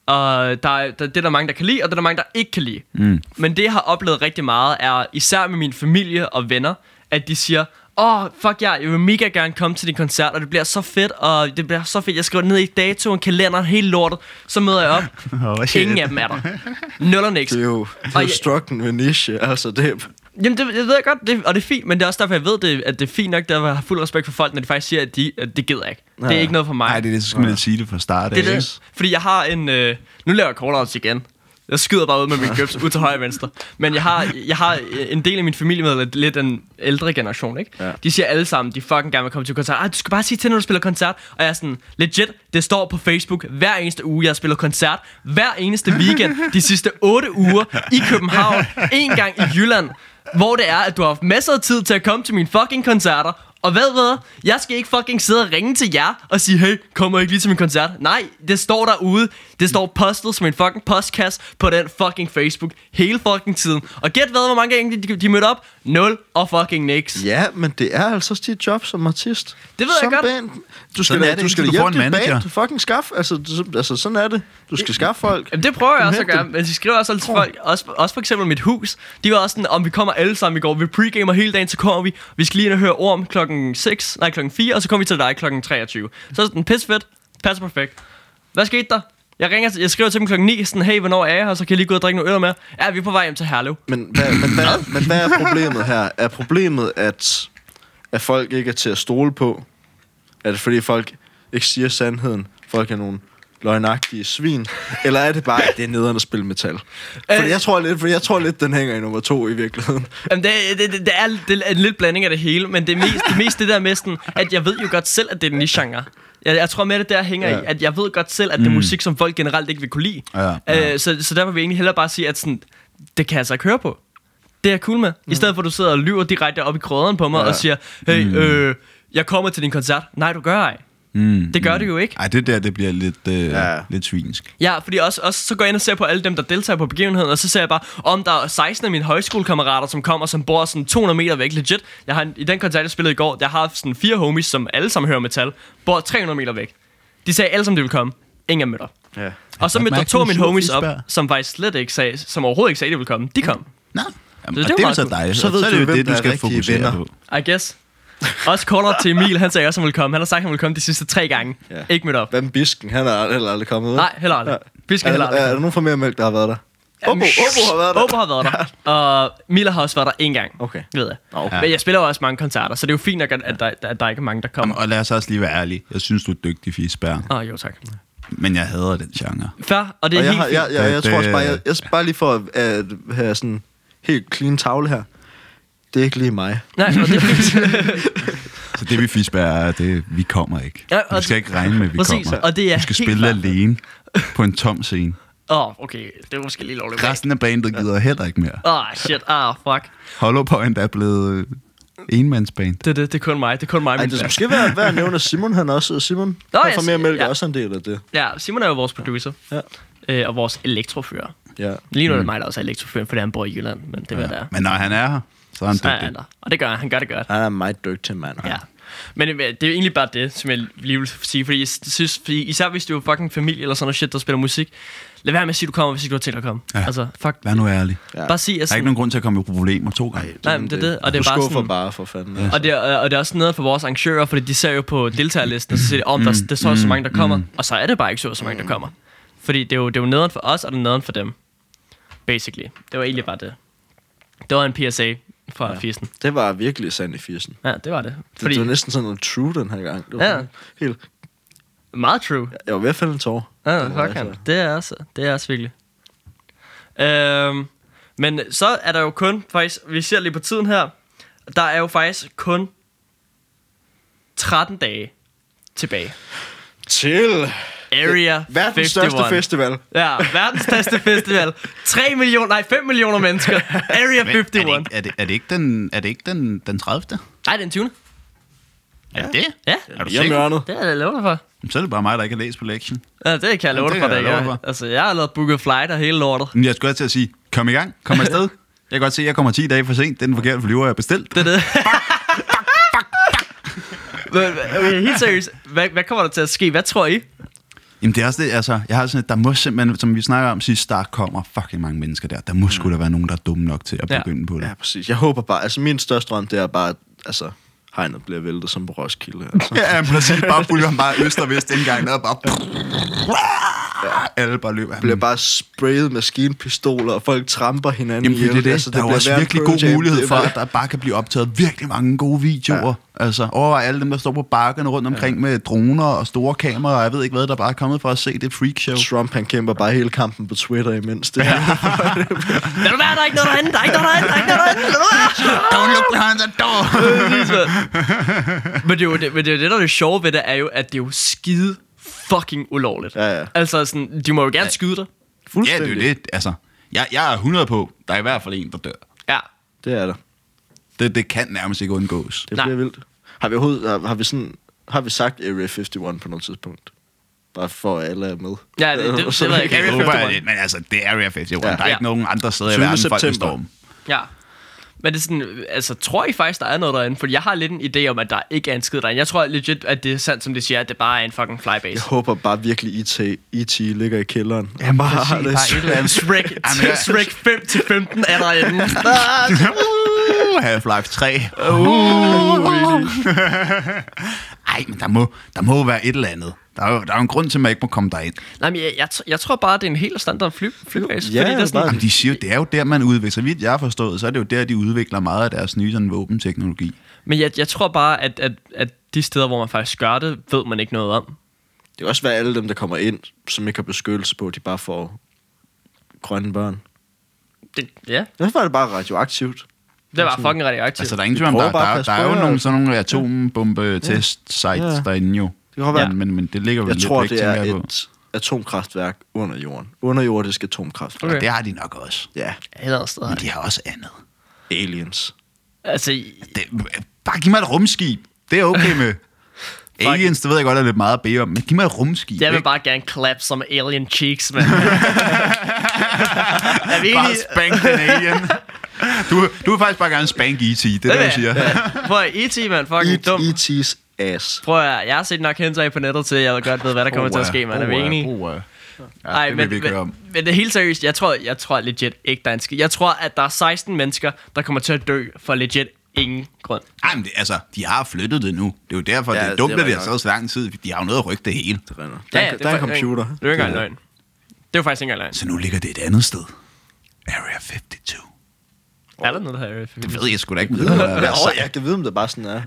godt. Og der, er- der, det er der mange, der kan lide, og det er der mange, der ikke kan lide. Mm. Men det, jeg har oplevet rigtig meget, er især med min familie og venner, at de siger, åh, oh, fuck jer, jeg vil mega gerne komme til din koncert, og det bliver så fedt, og det bliver så fedt. Jeg skriver ned i datoen, kalenderen, hele lortet, så møder jeg op. Oh, shit. Ingen af dem er der. Nul og niks. Det er jo, det er Og jo jeg- strugglen med niche, altså det... Jamen, det, det ved jeg godt, det, og det er fint, men det er også derfor, jeg ved, det, at det er fint nok, der jeg har fuld respekt for folk, når de faktisk siger, at, de, at det gider jeg ikke. Ja. Det er ikke noget for mig. Nej, det er det, så skal man lidt sige det fra start. Det er ikke? det. Fordi jeg har en... Øh, nu laver jeg call-outs igen. Jeg skyder bare ud med min gøbs ud til højre og venstre. Men jeg har, jeg har øh, en del af min familie med lidt den ældre generation, ikke? Ja. De siger alle sammen, de fucking gerne vil komme til koncert. Ej, du skal bare sige til, når du spiller koncert. Og jeg er sådan, legit, det står på Facebook hver eneste uge, jeg har spillet koncert. Hver eneste weekend de sidste 8 uger i København. En gang i Jylland. Hvor det er, at du har haft masser af tid til at komme til mine fucking koncerter. Og hvad ved jeg? Jeg skal ikke fucking sidde og ringe til jer og sige, hey, kommer I ikke lige til min koncert? Nej, det står derude. Det står postet som en fucking postkasse på den fucking Facebook hele fucking tiden. Og gæt hvad, hvor mange gange de, de mødte op? Nul og fucking niks. Ja, men det er altså også dit job som artist. Det ved jeg som godt. Band. Du skal, Sådan er det, du indtil skal du får hjælpe en dit manager. band. Du fucking skaffe. Altså, du, altså, sådan er det. Du skal skaffe folk. Jamen, det prøver jeg Du også at henter gøre, men de skriver også altid til folk, også, også for eksempel mit hus, de var også sådan, om vi kommer alle sammen i går, vi pregamer hele dagen, så kommer vi, vi skal lige ind og høre orm klokken 6, nej klokken 4, og så kommer vi til dig klokken 23. Så er det sådan, pis fedt, passer perfekt. Hvad skete der? Jeg, ringer, til- jeg skriver til dem klokken 9, sådan, hey, hvornår er jeg her, så kan jeg lige gå ud og drikke noget øl med. Ja, vi er på vej hjem til Herlev. Men hvad, men, hvad, men hvad er problemet her? Er problemet, at, at folk ikke er til at stole på? Er det fordi folk ikke siger sandheden? Folk er nogle løgnagtige svin? Eller er det bare, at det er nederen at spille metal? Fordi Øh. jeg tror lidt, fordi jeg tror lidt den hænger i nummer to i virkeligheden. Jamen, det, det, det, det, er, det er en lidt blanding af det hele, men det er mest det, er mest det der med sådan, at jeg ved jo godt selv, at det er en niche-genre. Jeg, jeg tror med det der hænger ja. Ja. i, at jeg ved godt selv, at det er musik, som folk generelt ikke vil kunne lide. Mm. Ja, ja. Øh, så, så derfor vil jeg egentlig hellere bare sige, at sådan, det kan jeg altså ikke høre på. Det er jeg cool med. I stedet for, at du sidder og lyver direkte op i krødderen på mig ja. og siger, hey, øh, jeg kommer til din koncert. Nej, du gør ej. Mm. Det gør du jo ikke. Ej, det der, det bliver lidt, øh, ja. Ja. lidt svinsk. Ja, fordi også, også så går jeg ind og ser på alle dem, der deltager på begivenheden, og så ser jeg bare, om der er 16 af mine højskolekammerater, som kommer, som bor sådan 200 meter væk, legit. Jeg har, en- I den koncert, jeg spillede i går, der har haft sådan fire homies, som alle sammen hører metal, bor 300 meter væk. De sagde alle sammen, de ville komme. Ingen af dem mødte op. Ja. Og så godt mødte der mærke, to af du er mine sur homies op, fiskebær. som faktisk slet ikke sagde, som overhovedet ikke sagde, de ville komme. De kom. Nå. Jamen, det, det er det, det er meget så cool. dejligt. Så Og ved så er det du, jo hvem det, der du er skal rigtige fokusere venner. på. I guess. Også kortere til Emil, han sagde også, han ville komme. Han har sagt, han ville komme de sidste tre gange. Ja. Ikke mødt op. Hvad med bisken? Han er heller aldrig kommet ud. Nej, heller aldrig. Vi skal er, heller aldrig. Er, er der nogen fra mere mælk, der har været der? Obo, Obo har været der. Obo har været der. Og Miller har også været der en gang. Okay. Det ved jeg. Nå, okay. Men jeg spiller jo også mange koncerter, så det er jo fint nok, at, at, der, at der ikke er mange, der kommer. Og lad os også lige være ærlige. Jeg synes, du er dygtig, Fisberg. Åh, oh, jo tak. Men jeg hader den genre. Fair, og det er Og jeg, helt har, fint. jeg, jeg, jeg Det- tror også bare, jeg, jeg bare lige for at, at have sådan en helt clean tavle her. Det er ikke lige mig. Nej, og det er fint. Så Altså, det, vi Fisberg er, det vi kommer ikke. Ja, du og skal det- ikke regne med, at vi Præcis, kommer. og det er du skal helt spille klart. alene på en tom scene. Åh, oh, okay. Det var måske lige lovligt. Resten af bandet gider heller ikke mere. Åh, oh, shit. Ah, oh, fuck. Hollow Point er blevet øh, enmandsband. Det, det, det er kun mig. Det er kun mig. Ej, min det plan. skal måske være værd at nævne, at Simon han også... Simon Nå, Nå, jeg han får siger- mere mælk ja. ja. også er en del af det. Ja, Simon er jo vores producer. Ja. Øh, og vores elektrofører. Ja. Lige nu er det Mm. mig, der også er elektrofører, fordi han bor i Jylland. Men det er, hvad det er. Men når han er her, så er han Så er han dygtig. der. Og det gør han. Han gør det godt. Han er en meget dygtig mand. Ja. Men øh, det er jo egentlig bare det, som jeg lige vil sige, fordi jeg synes, fordi især hvis du er fucking familie eller sådan noget shit, der spiller musik, lad være med at sige, at du kommer, hvis ikke du har tænkt at komme. Ja. Ja. Altså, fuck. Vær nu ærlig. Ja. Bare sig, altså, at Der er sådan, ikke nogen grund til at komme i problemer to gange. Nej, men det er det, og det er du bare skuffer sådan- bare for fanden. Ja. og det, er, øh, og det er også noget for vores arrangører, fordi de ser jo på deltagerlisten, og så siger de, om oh, Mm. der, der står så mange, der kommer, og så er det bare ikke så, så mange, der kommer. Fordi det er jo, det er jo nederen for os, og det er nederen for dem. Basically. Det var egentlig bare det. Det var en PSA fra ja. fisen. Det var virkelig sand i 80'en. Ja, det var det. Fordi... Fordi, Det var næsten sådan noget true den her gang. Det var Ja. sådan helt, meget true. jeg var ved at fælde en tår. altså- Ja, fuck altså. han. Det er også, det er også virkelig. Øhm, men så er der jo kun, faktisk, vi ser lige på tiden her, der er jo faktisk kun 13 dage tilbage. Til Area verdens 51. største festival. Ja, verdens største festival. 3 millioner, nej 5 millioner mennesker. Area Men er det, 51. ikke, er, det, er det ikke den, er det ikke den, den 30. Nej, den 20. Er det det? Ja, Er du Hjemme i sikker? hjørnet. det er jeg love dig for. Jamen, Så er det bare mig, der ikke har læst på lektien. Ja, det kan jeg Ja, love dig det for, kan det jeg ikke love er. for. Altså, jeg har lavet booket flight og hele lortet. Men jeg skulle også til at sige, kom i gang, kom afsted. Jeg kan godt se, at jeg kommer 10 dage for sent. Det er Den forkerte flyver, jeg har bestilt. Det er det. Men, okay, helt seriøst, hvad, hvad kommer der til at ske? Hvad tror I? Jamen det er også det, altså, jeg har sådan et, der må simpelthen, som vi snakker om sidst, der kommer fucking mange mennesker der. Der må sgu da være nogen, der er dumme nok til at Ja. begynde på det. Ja, præcis. Jeg håber bare, altså min største drøm, det er bare, at, altså, hegnet bliver væltet som på Roskilde. Altså. Ja, ja præcis. Bare fulgte ham bare øst og vest indgang, og bare... Alle bare løber. bliver bare sprayet maskinpistoler, og folk tramper hinanden Jamen, det, er ihjel. det, det. Altså, der er jo bliver også værre end virkelig Pearl god Jam. mulighed Det for, er at der bare kan blive optaget virkelig mange gode videoer. Ja. Altså, overvej alle dem, der står på bakkerne rundt omkring ja. med droner og store kameraer, og jeg ved ikke hvad, der bare er kommet for at se det freakshow. Trump, han kæmper bare hele kampen på Twitter imens. Det ja. Lad nu være, der er ikke noget derinde, der er ikke noget derinde, der er ikke noget derinde, lad nu være. Don't look behind the door! Præcis, mand. men, det er jo, det, men det er jo det, der er det sjove ved det, er jo, at det er jo skide fucking ulovligt. Ja, ja. Altså, sådan, de må jo gerne skyde dig. ja, det er jo det. Altså, jeg, jeg er 100 på, der er i hvert fald en, der dør. Ja. Det er der. Det, det kan nærmest ikke undgås. Det Nej. bliver vildt. Har vi overhovedet, har, har vi sådan, har vi sagt Area 51 på noget tidspunkt? Bare for at alle er med. Ja, det- det- det ved jeg ikke. Jeg Area håber, 51. at det, men altså, det er Area 51. Ja. Der er Ja. ikke Ja. nogen andre steder i 20. verden, folk vil september. storme. Ja. Men det er sådan, altså, tror I faktisk, der er noget derinde? Fordi jeg har lidt en idé om, at der ikke er en skid derinde. Jeg tror legit, at det er sandt, som de siger, at det bare er en fucking flybase. Jeg håber bare virkelig, IT, IT ligger i kælderen. Jamen, præcis, har det. bare et eller andet. Shrek, Jamen, ja. Shrek 5-15 er derinde. Ah. Uh, Half-Life 3. Uh. Ej, men der må, der må jo være et eller andet. Der er jo, der er jo en grund til, at man ikke må komme derind. Nej, men jeg, jeg, tr- jeg, tror bare, det er en helt standard fly, flybase. Ja, fordi det er sådan, bare- Jamen, de siger jo, det er jo der, man udvikler. Så vidt jeg har forstået, så er det jo der, de udvikler meget af deres nye sådan, våbenteknologi. men jeg, jeg tror bare, at, at, at de steder, hvor man faktisk gør det, ved man ikke noget om. Det kan også være alle dem, der kommer ind, som ikke har beskyttelse på, de bare får grønne børn. Det, ja, Derfor var det bare radioaktivt. det var fucking radioaktivt. Altså, der er ingen tvivl om, Vi prøver der, bare at der, passe der er på, jo ja. nogle, sådan nogle atombombe-test-sites ja. Ja. derinde jo. Det kan godt Ja. være. Men, men det ligger jo Jeg lidt tror, væk, det tænker er jeg på. et atomkraftværk under jorden. Underjordisk atomkraftværk. Og det har de nok også. Ja, Eller steder. Men de har også andet. aliens. Altså, Det, bare giv mig et rumskib. Det er okay med. Aliens, det ved jeg godt er lidt meget at bede om, men giv mig et rumskib. jeg vil ikke? bare gerne clap som alien cheeks, mand. er vi Bare enige? spank den alien. Du, du vil faktisk bare gerne spank E.T., det er det, Hvad du siger. med- Prøv at E.T., mand, fucking Et, dum. E.T.'s E ass. Prøv at, jeg har set nok hentai på nettet til, at jeg godt ved, hvad der kommer til at ske, mand. Er vi enige? Oh, ja, Ej, det vil men, vi ikke høre om. men, men det er helt seriøst, jeg tror, jeg tror legit ikke, der er en skid. Jeg tror, at der er 16 mennesker, der kommer til at dø for legit ingen grund. Ej, men det, altså, de har flyttet det nu. Det er jo derfor, Ja, ja, det er det dumt, er at det har rigtig taget så lang tid. De har jo noget at rykke det hele. Det rinder. Ja, Der, ja, ja, det der er en faktisk- computer. Det er jo ikke engang løgn. Det er jo faktisk ikke engang løgn. Så nu ligger det et andet sted. Area 52. Er der noget, der her? Det ved jeg sgu da ikke. Ved, hvad Ja, der, så jeg kan vide, om det bare sådan er.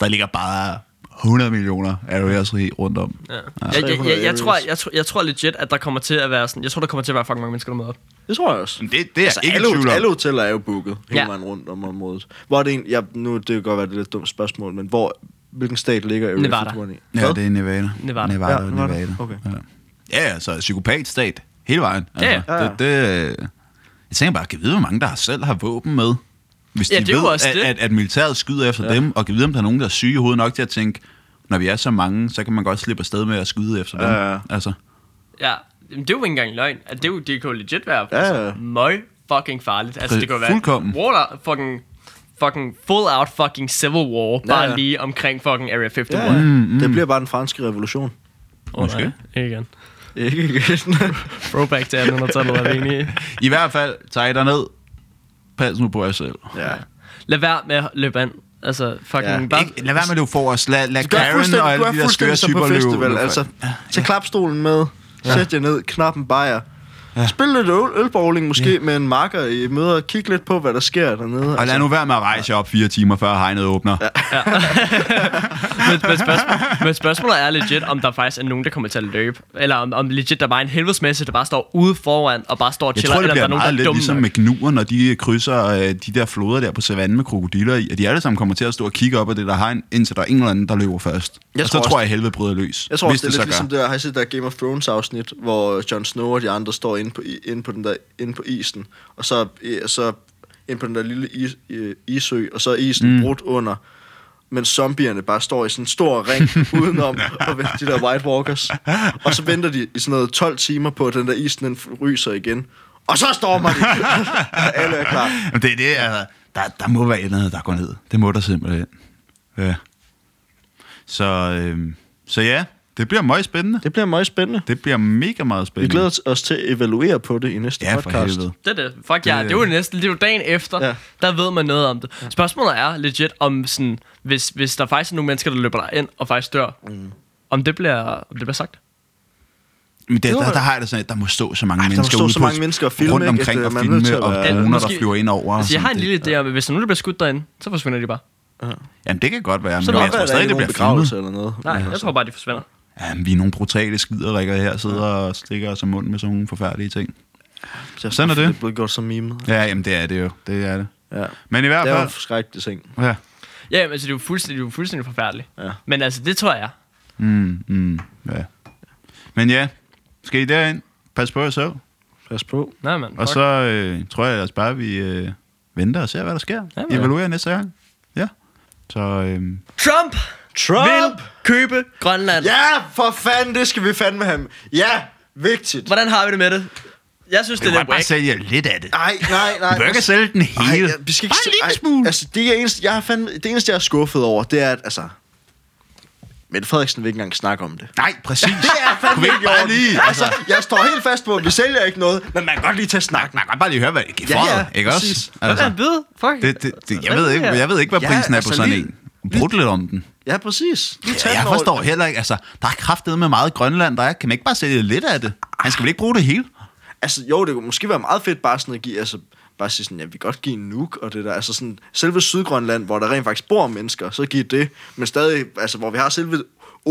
der ligger bare 100 millioner areas rundt om. Ja. Jeg, jeg, jeg, jeg, 300 tror, jeg, tror, jeg tror legit, at der kommer til at være sådan... Jeg tror, der kommer til at være fucking mange mennesker, der møder op. Det tror jeg også. Men det, det er altså, ikke alle, alle, tvivl om. alle hoteller er jo booket hele Ja. vejen rundt om området. Hvor er det en, ja, nu det kan godt være, det er lidt et dumt spørgsmål, men hvor, hvilken stat ligger Area Nevada. 51 i? Ja, det er Nevada. Nevada. Nevada, Ja, ja, Nevada. Nevada. Okay. Ja. ja, altså psykopatstat. Hele vejen. Ja, Altså, ja. Det, det, jeg tænker bare, kan vide, hvor mange der selv har våben med? Hvis Ja, de det er jo ved, også at, det. at, at militæret skyder efter ja. dem, og kan vide, om der er nogen, der er syge i hovedet nok til at tænke, når vi er så mange, så kan man godt slippe afsted med at skyde efter dem. Ja, ja. Altså, Ja, Jamen, det er jo ikke engang løgn. At Det, er jo, det kan jo legit være Ja, ja. altså, møg fucking farligt. Altså, Præ- det kan jo være fuldkommen. water fucking fucking full out fucking civil war, bare ja. lige omkring fucking Area 51. Ja, ja. Mm, mm. Det bliver bare den franske revolution. Åh, oh, nej. Ikke igen. Ikke igen. Throwback til 1800-tallet, er vi enige i. i hvert fald, tag dig ned. Pas nu på jer selv. ja. Lad være med at løbe an. Altså, fucking... Ja. Ja. Bare, Ikke, lad være med at løbe for os. Lad, lad Du gør Karen og fuldstændig, du alle gør de der skøre fuldstændig som på typer festival. løbe. Altså, tag klapstolen med, sæt jer ned, knap en bajer. Spil lidt øl, ølbowling måske yeah. med en marker i møder. Kig lidt på, hvad der sker dernede. Altså, Og lad nu være med at rejse jer op fire timer, før hegnet åbner. Ja. men, men, spørgsmål, men spørgsmålet er legit, om der faktisk er nogen, der kommer til at løbe. Eller om, om legit, der bare er en helvedesmasse, der bare står ude foran og bare står og Jeg chiller. tror, det eller bliver om der meget er nogen, der er lidt dumme ligesom nok. med gnuer, når de krydser øh, de der floder der på savannen med krokodiller i, at de alle sammen kommer til at stå og kigge op ad det der hegn, indtil der er en eller anden, der løber først. Jeg Jeg og så tror også- tror jeg, helvede bryder løs. Jeg tror hvis også, det er lidt så ligesom det der, har I set der Game of Thrones afsnit, hvor Jon Snow og de andre står inde på, i- inde på, den der, inde på isen, og så, eh, så inde på den der lille is, øh, isø, og så er isen mm. brudt under, men zombierne bare står i sådan en stor ring udenom, og venter de der White Walkers. Og så venter de i sådan noget 12 timer på, at den der isen den ryser igen. Og så stormer de! Alle er klar. Jamen, det er det, altså, der, der må være et eller andet, der går ned. Det må der simpelthen. Ja. øhm, Så, øh, så ja, Det bliver meget spændende. Det bliver meget spændende. Det bliver mega meget Vi spændende. glæder os til at evaluere på det i næste ja, for podcast. helvede. Det er det. Fuck ja, det er jo næsten, det er jo dagen efter, Ja. ja. der ved man noget om det. Spørgsmålet er legit, om sådan, hvis, hvis der faktisk er nogle mennesker, der løber dig ind og faktisk dør, mm. om, det bliver, om det bliver sagt. Men det, der, der, har jeg det sådan, at der må stå så mange Ej, der må mennesker stå ude så på- mange mennesker og filme, rundt ikke? omkring Det er og man nødt til filme at og være- droner, der Måske- flyver ind over. og Altså, jeg sådan, har en det- lille idé om, at hvis der nu der bliver skudt derinde, så forsvinder de bare. Jamen, det kan godt være, men der jeg Hvad, tror er der stadig, ikke det bliver nogen filmet. begravelse eller noget? Nej, jeg tror bare, de forsvinder. Jamen, vi er nogle brutale skiderikker her, sidder og stikker os om munden med sådan nogle forfærdelige ting. Sådan er det. Det blev gjort som meme. Ja, jamen, det er det jo. Det er det. Ja. Men i hvert Det er jo en fald... forskrækkelig ting. Ja. Ja, men altså, det er jo fuldstændig, det er jo fuldstændig forfærdeligt. Ja. Ja. Men altså, det tror jeg. Mm, mm, ja. Men ja, skal I derind? Pas på jer selv. Pas på. Nej, man. Og så øh, tror jeg ellers bare, at vi øh, venter og ser, hvad der sker. Jamen, ja. Evaluerer næste gang. Ja. Så øh, Trump Trump! vil købe Grønland. Ja. Ja, for fanden, det skal vi fandme have. Ja, vigtigt. Hvordan har vi det med det? Jeg synes, det, det det er var lidt bare whack. sælge lidt af det. Nej, nej, nej. Vi bør ikke sælge den Ej, hele. ja, vi skal ikke bare en lille ej, smule. Altså, det, er eneste, jeg har fandme, det eneste, jeg er skuffet over, det er, at altså, Mette Frederiksen vil ikke engang snakke om det. Nej, præcis. Det er Kunne vi fandme ikke ikke bare lige... Altså, Altså, jeg står helt fast på, at vi sælger ikke noget, men man kan godt lige tage nej, snakken. nej, bare lige høre, hvad det giver Ja, for ja, det, ikke præcis. også? Hvad Altså, er bid? Fuck. det, det, det, jeg, ved ikke, jeg ved ikke, hvad Altså, Ja, prisen er på altså, sådan lige- en. Brug lidt om den. Ja, præcis. Lige Ja, tage jeg den over- forstår heller ikke, altså, der er kraftet med meget Grønland, der er. Kan man ikke bare sælge lidt af det? Han skal vel ikke bruge det hele? Altså, jo, det kunne måske være meget fedt bare sådan at give, altså, bare sige sådan, ja, vi kan godt give en nuk og det der. Altså sådan, selve Sydgrønland, hvor der rent faktisk bor mennesker, så give det. Men stadig, altså, hvor vi har selve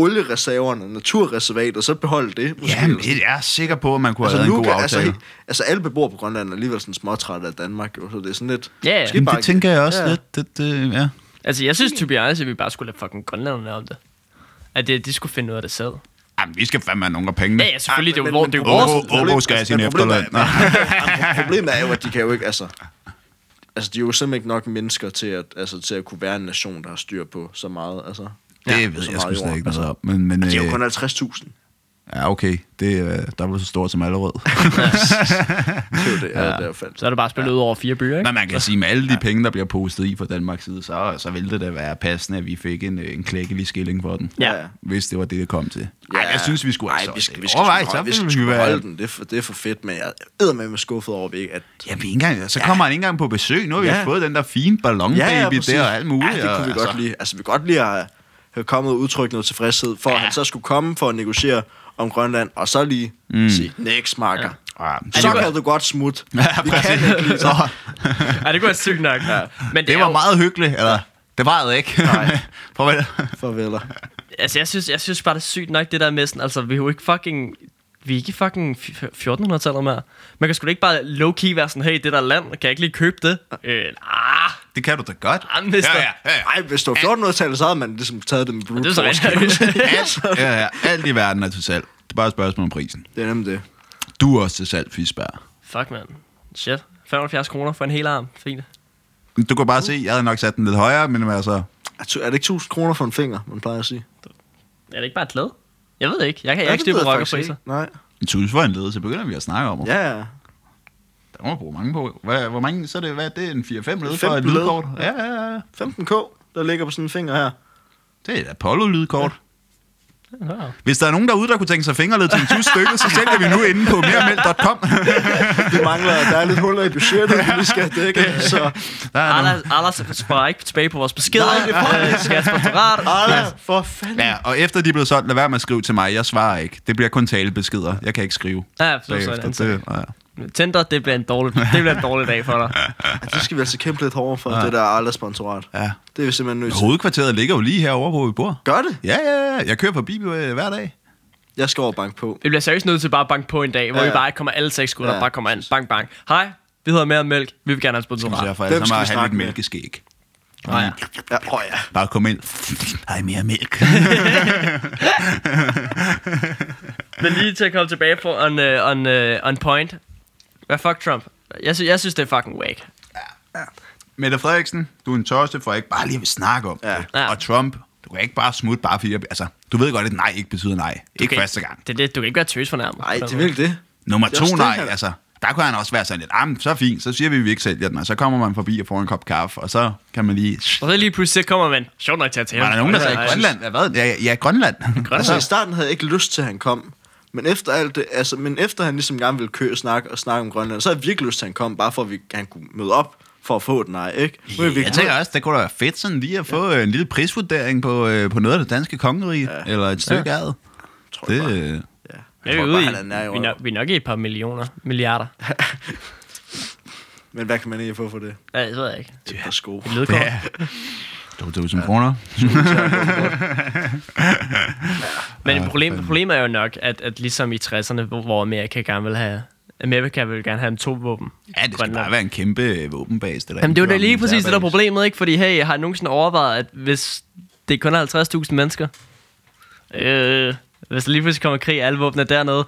oliereserverne, naturreservatet, så behold det. Måske. Jamen, jeg er sikker på, at man kunne have altså, lavet en god Nuuk, aftale. altså, he- altså, alle beboere på Grønland er alligevel sådan småtrætte af Danmark, jo, så det er sådan lidt... Ja, ja. måske Jamen, bare- det tænker jeg også ja. ja. lidt. Det, det, ja. Altså, jeg synes, to be honest, at vi bare skulle lade fucking grønlænderne om det. At det, de skulle finde ud af det selv. Jamen, vi skal fandme have nogle af pengene. Ja, ja, selvfølgelig. men- det er jo, hvor- men- det er jo men- vores... Åbo- Åbo skal have sin Men problemet er- efterløn. Nej. Jamen, Problemet er jo, at de kan jo ikke, altså... Altså, de er jo simpelthen ikke nok mennesker til at, altså, til at kunne være en nation, der har styr på så meget, altså... Det Ja, ved så jeg sgu meget slet jord. ikke noget om. Men, men, Det er jo øh, kun 50.000. Ja, okay. Det er øh, dobbelt så stort som allerød. Det er jo det, ja. i hvert fald. Så er det bare spillet ud over fire byer, ikke? Men man kan sige, med alle de penge, der bliver postet i fra Danmarks side, så, så ville det da være passende, at vi fik en, øh, en klækkelig skilling for den. Ja. Hvis det var det, det kom til. Nej, Ja. jeg synes, vi skulle Ej, altså... vi skal, vi skal, overvej, sgu så holde- vi skal ville sgu vi være... holde den. Det er, for, det er for fedt, men jeg er med med skuffet over, at vi ikke... At, Jamen, ikke engang, så kommer han ikke engang på besøg. Nu har vi Ja. ja. fået den der fine ballonbaby ja, præcis. der og alt muligt. Ja, det kunne og vi altså- godt lide. Altså, vi kunne godt lide at have kommet og udtrykt noget tilfredshed, for ja. at han så skulle komme for at negociere om Grønland, og så lige mm. sige, next marker. Ja, Ja. Så kan du godt smutte. Ja, vi kan ikke lide så, Ja, det kunne være sygt nok. Ja. Men det, det er var jo- meget hyggeligt, eller... Det var det ikke. Prøv at... farveler. Altså, jeg synes, jeg synes bare, det er sygt nok, det der med sådan, altså, vi er jo ikke fucking... Vi er ikke i fucking f- f- 1400-tallet mere. Man kan sgu da ikke bare low-key være sådan, hey, det der land, kan jeg ikke lige købe det? Øh, ah, Det kan du da godt. ah, mister. Ja, ja, ja, ja. Ej, hvis du var 1400-tallet, så havde man ligesom taget dem brute Det er så force. rigtigt. alt, ja, ja, alt i verden er til salg. Det er bare et spørgsmål om prisen. Det er nemlig det. Du er også til salg, Fisberg. Fuck, man. Shit. 75 kroner for en hel arm. Fint. Du kan bare se, jeg havde nok sat den lidt højere, men altså... Er tu- Er det ikke 1000 kroner for en finger, man plejer at sige? Er det ikke bare et lad? Jeg ved ikke. Jeg kan jeg Ja, er ikke det styre ved på jeg rockerpriser. faktisk ikke. Nej. En tus for en led, så begynder vi at snakke om, ja. Ja, ja. der må man bruge mange på. Hvad, hvor mange, så er det, hvad, er det er en 4-5 led for et 15 led. lydkort? Ja, ja, ja. 15k, der ligger på sådan en finger her. Det er et Apollo-lydkort. Wow. Hvis der er nogen derude, der kunne tænke sig fingerled til en tus stykke, så sælger vi nu inde på meremeld.com. Det mangler, der er lidt huller i budgettet, vi lige skal dække. Så Der er nogle... Anders, Anders sparer ikke tilbage på vores beskeder. Nej, det er Nej, det skal sponsorat. Arla, for fanden. Ja, og efter de er blevet solgt, lad være med at skrive til mig. Jeg svarer ikke. Det bliver kun talebeskeder. Jeg kan ikke skrive. Ja, så er det en bagefter. anden sag. det, ja. Tinder, det bliver en dårlig, det bliver en dårlig dag for dig. Det skal vi altså kæmpe lidt hårdere for, ja. det der Arla-sponsorat. Ja. Det er vi simpelthen nødt til. Hovedkvarteret ligger jo lige herovre, hvor vi bor. Gør det. Ja, ja, ja. Jeg kører forbi øh, hver dag. Jeg skal over og banke på. Vi bliver seriøst nødt til bare at banke på en dag, hvor Ja, ja. ja. vi bare kommer alle seks gutter, Ja, ja. bare kommer ind. Bang, bang. Hej, vi hedder Mere Mælk. Vi vil gerne have en Så jeg sponsorat. får Hvem altså skal meget vi have lidt snakke med? mælkeskæg. Nej, ja. Ja, åh ja. Bare kom ind. Hej, mere mælk. Men lige til at komme tilbage på on, uh, on, uh, on point. Hvad fuck Trump? Jeg, sy- jeg synes, det er fucking whack. Mette Frederiksen, du er en tosse, for jeg ikke bare lige vil snakke om Ja. det. Ja. Og Trump, du kan ikke bare smutte bare fordi... jeg- Altså, du ved godt, at nej ikke betyder nej. Ikke Okay. første gang. Det, er det, du kan ikke være tøs fornærmet. Nej, det er virkelig det. Nummer Det er også to det, nej, han- altså. Der kunne han også være sådan lidt, ah, men så fint, så siger vi, at vi ikke sælger den, og så kommer man forbi og får en kop kaffe, og så kan man lige... Og så lige pludselig så kommer man, sjovt nok til at tale. Var der nogen, der sagde Ja, Grønland? Ja, Hvad? Ja, ja, Grønland. Altså, i starten havde jeg ikke lyst til, at han kom. Men efter alt det, altså, men efter han ligesom gerne ville køre og snakke, og snakke om Grønland, så havde jeg virkelig lyst til, at han kom, bare for at vi, han kunne møde op for at få den nej, ikke? Nu er vi Jeg tænker også, det kunne da være fedt sådan lige at få ja. en lille prisvurdering på, øh, på noget af det danske kongerige, ja. eller et stykke ja. ad. tror jeg Det, bare. øh, Ja. Jeg er tror vi bare, ude i, han er nær i vi, er nok, røven. vi er nok i et par millioner, milliarder. Men hvad kan man egentlig få for det? Ja, det ved jeg ikke. Det er par sko. Et lødkort. Ja. 2.000 kroner. Men problem, problemet er jo nok, at, at ligesom i 60'erne, hvor, hvor Amerika gerne vil have... Amerika vil gerne have en atomvåben. Ja, det skal Grønland. bare være en kæmpe øh, våbenbase. Det der Jamen, det er jo da ingen lige tvivl om, præcis det, der er militærbase. problemet, ikke? Fordi, hey, har I nogensinde overvejet, at hvis det kun er 50.000 mennesker, øh, hvis der lige pludselig kommer krig, alle våbne dernede,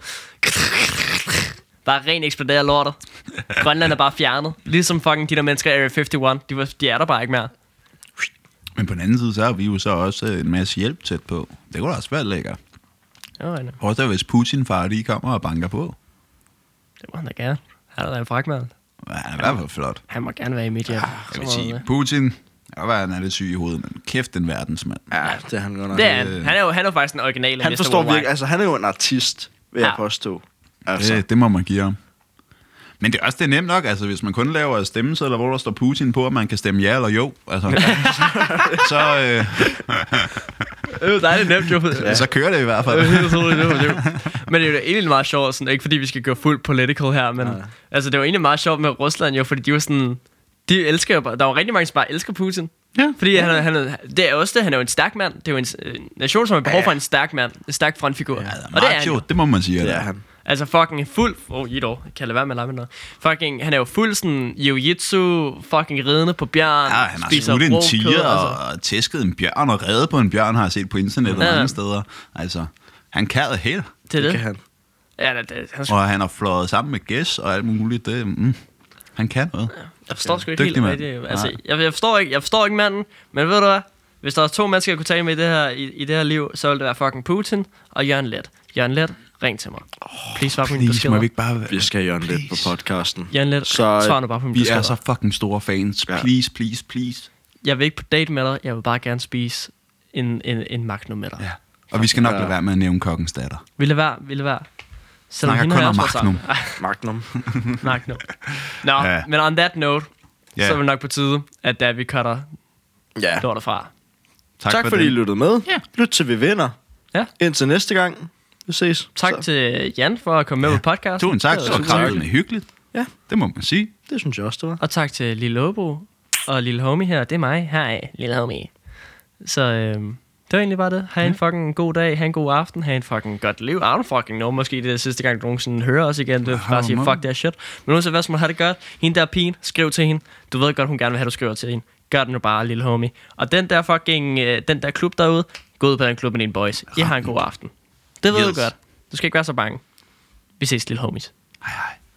bare ren eksploderer lortet. Grønland er bare fjernet. Ligesom fucking de der mennesker i Area 51, de, var, de er der bare ikke mere. Men på den anden side, så har vi jo så også øh, en masse hjælp tæt på. Det kunne da også være lækkert. Jo, Anna, Prøv at hvis Putin far lige kommer og banker på. det må han da gerne. Han er da en fragmand. Ja, han er i hvert fald flot. Han må gerne være i mit hjem. Jeg vil sige, Putin, jeg kan godt være, han er lidt syg i hovedet, men kæft den verdensmand. Ja, det er han godt nok. Det er han. Han er jo, han er jo faktisk den originale han Mr. forstår Worldwide. virkelig, altså han er jo en artist, vil jeg Ja. påstå. Altså, Det, det må man give ham. Men det er også det er nemt nok, altså hvis man kun laver stemmesedler, hvor der står Putin på, og man kan stemme ja eller jo, altså, så, øh, Øh, det er det nemt jo. ja. så kører det i hvert fald. Øh, helt utroligt, det var det. Men det er jo egentlig meget sjovt, sådan, ikke fordi vi skal gå fuld political her, men ja. altså, det var egentlig meget sjovt med Rusland jo, fordi de var sådan, de elsker jo bare, der var rigtig mange, som bare elsker Putin. Ja. Fordi han, er- han, er- det er også det, han er jo en stærk mand. Det er jo en, en nation, som har behov for en stærk mand, en stærk frontfigur. Ja, og det er han Macho, jo. det må man sige. det Det er han. Altså fucking fuld... Åh, oh, Ido, kan jeg lade være med at lege med noget? Fucking, han er jo fuld sådan jiu-jitsu, fucking ridende på bjørn, Ja, han har spiser skudt en rå kød, altså. tiger og tæsket en bjørn og reddet på en bjørn, har jeg set på internettet Ja. ja. mange steder. Altså, han kan det helt, Det er Det det. kan han. Ja, det, det, han og han har flået sammen med gæs og alt muligt. Det, mm, han kan noget. Jeg forstår sgu ikke Dygtig helt mand. rigtigt. Altså, Nej. jeg, jeg, forstår ikke, jeg forstår ikke manden, men ved du hvad? Hvis der er to mennesker, jeg kunne tale med i det her, i, i det her liv, så ville det være fucking Putin og Jørgen Let. Jørgen Let, ring til mig. Please svar på mine Please, må beskeder. vi ikke bare... Vi skal Jørgen lidt på podcasten. Jørgen Let, Så- øh, svar nu bare på mine Vi er beskeder. så fucking store fans. Ja. Please, please, please. Jeg vil ikke på date med dig, jeg vil bare gerne spise en, en, en magnum med dig. Ja. Og vi skal nok Ja. lade være med at nævne kokkens datter. Vil det være, vil det være. Selvom Snakker hende og kun jeg om også var sammen. Magnum. Magnum. Ah, magnum. Nå, Ja. men on that note, Ja. så er det nok på tide, at da vi cutter Ja. lortet fra. Tak, Tak, tak fordi I det. lyttede med. Ja. Lyt til vi vinder. Ja. Indtil næste gang. Vi ses. Tak Så, til Jan for at komme med på podcasten. Tusind tak, Det det var var super hyggeligt. kraftedeme hyggeligt. Ja. Det må man sige. det synes jeg også, det var. Og tak til Lille Åbo og Lille Homie her. Det er mig. Hej, Lille Homie. Så øhm, det var egentlig bare det. Ha' en fucking god dag. Ha' en god aften. Ha' en fucking godt liv. I don't fucking know. Måske det er sidste gang, du nogensinde hører os igen. Det er bare at sige, fuck det her shit. Men uanset hvad, så må du have det godt. Hende der pigen, skriv til hende. Du ved godt, hun gerne vil have, du skriver til hende. Gør det nu bare, lille homie. Og den der fucking, øh, den der klub derude, gå ud på den klub med dine boys. I har en god aften. Det ved Yes. du godt. Du skal ikke være så bange. Vi ses, lille homies. Hej, hej.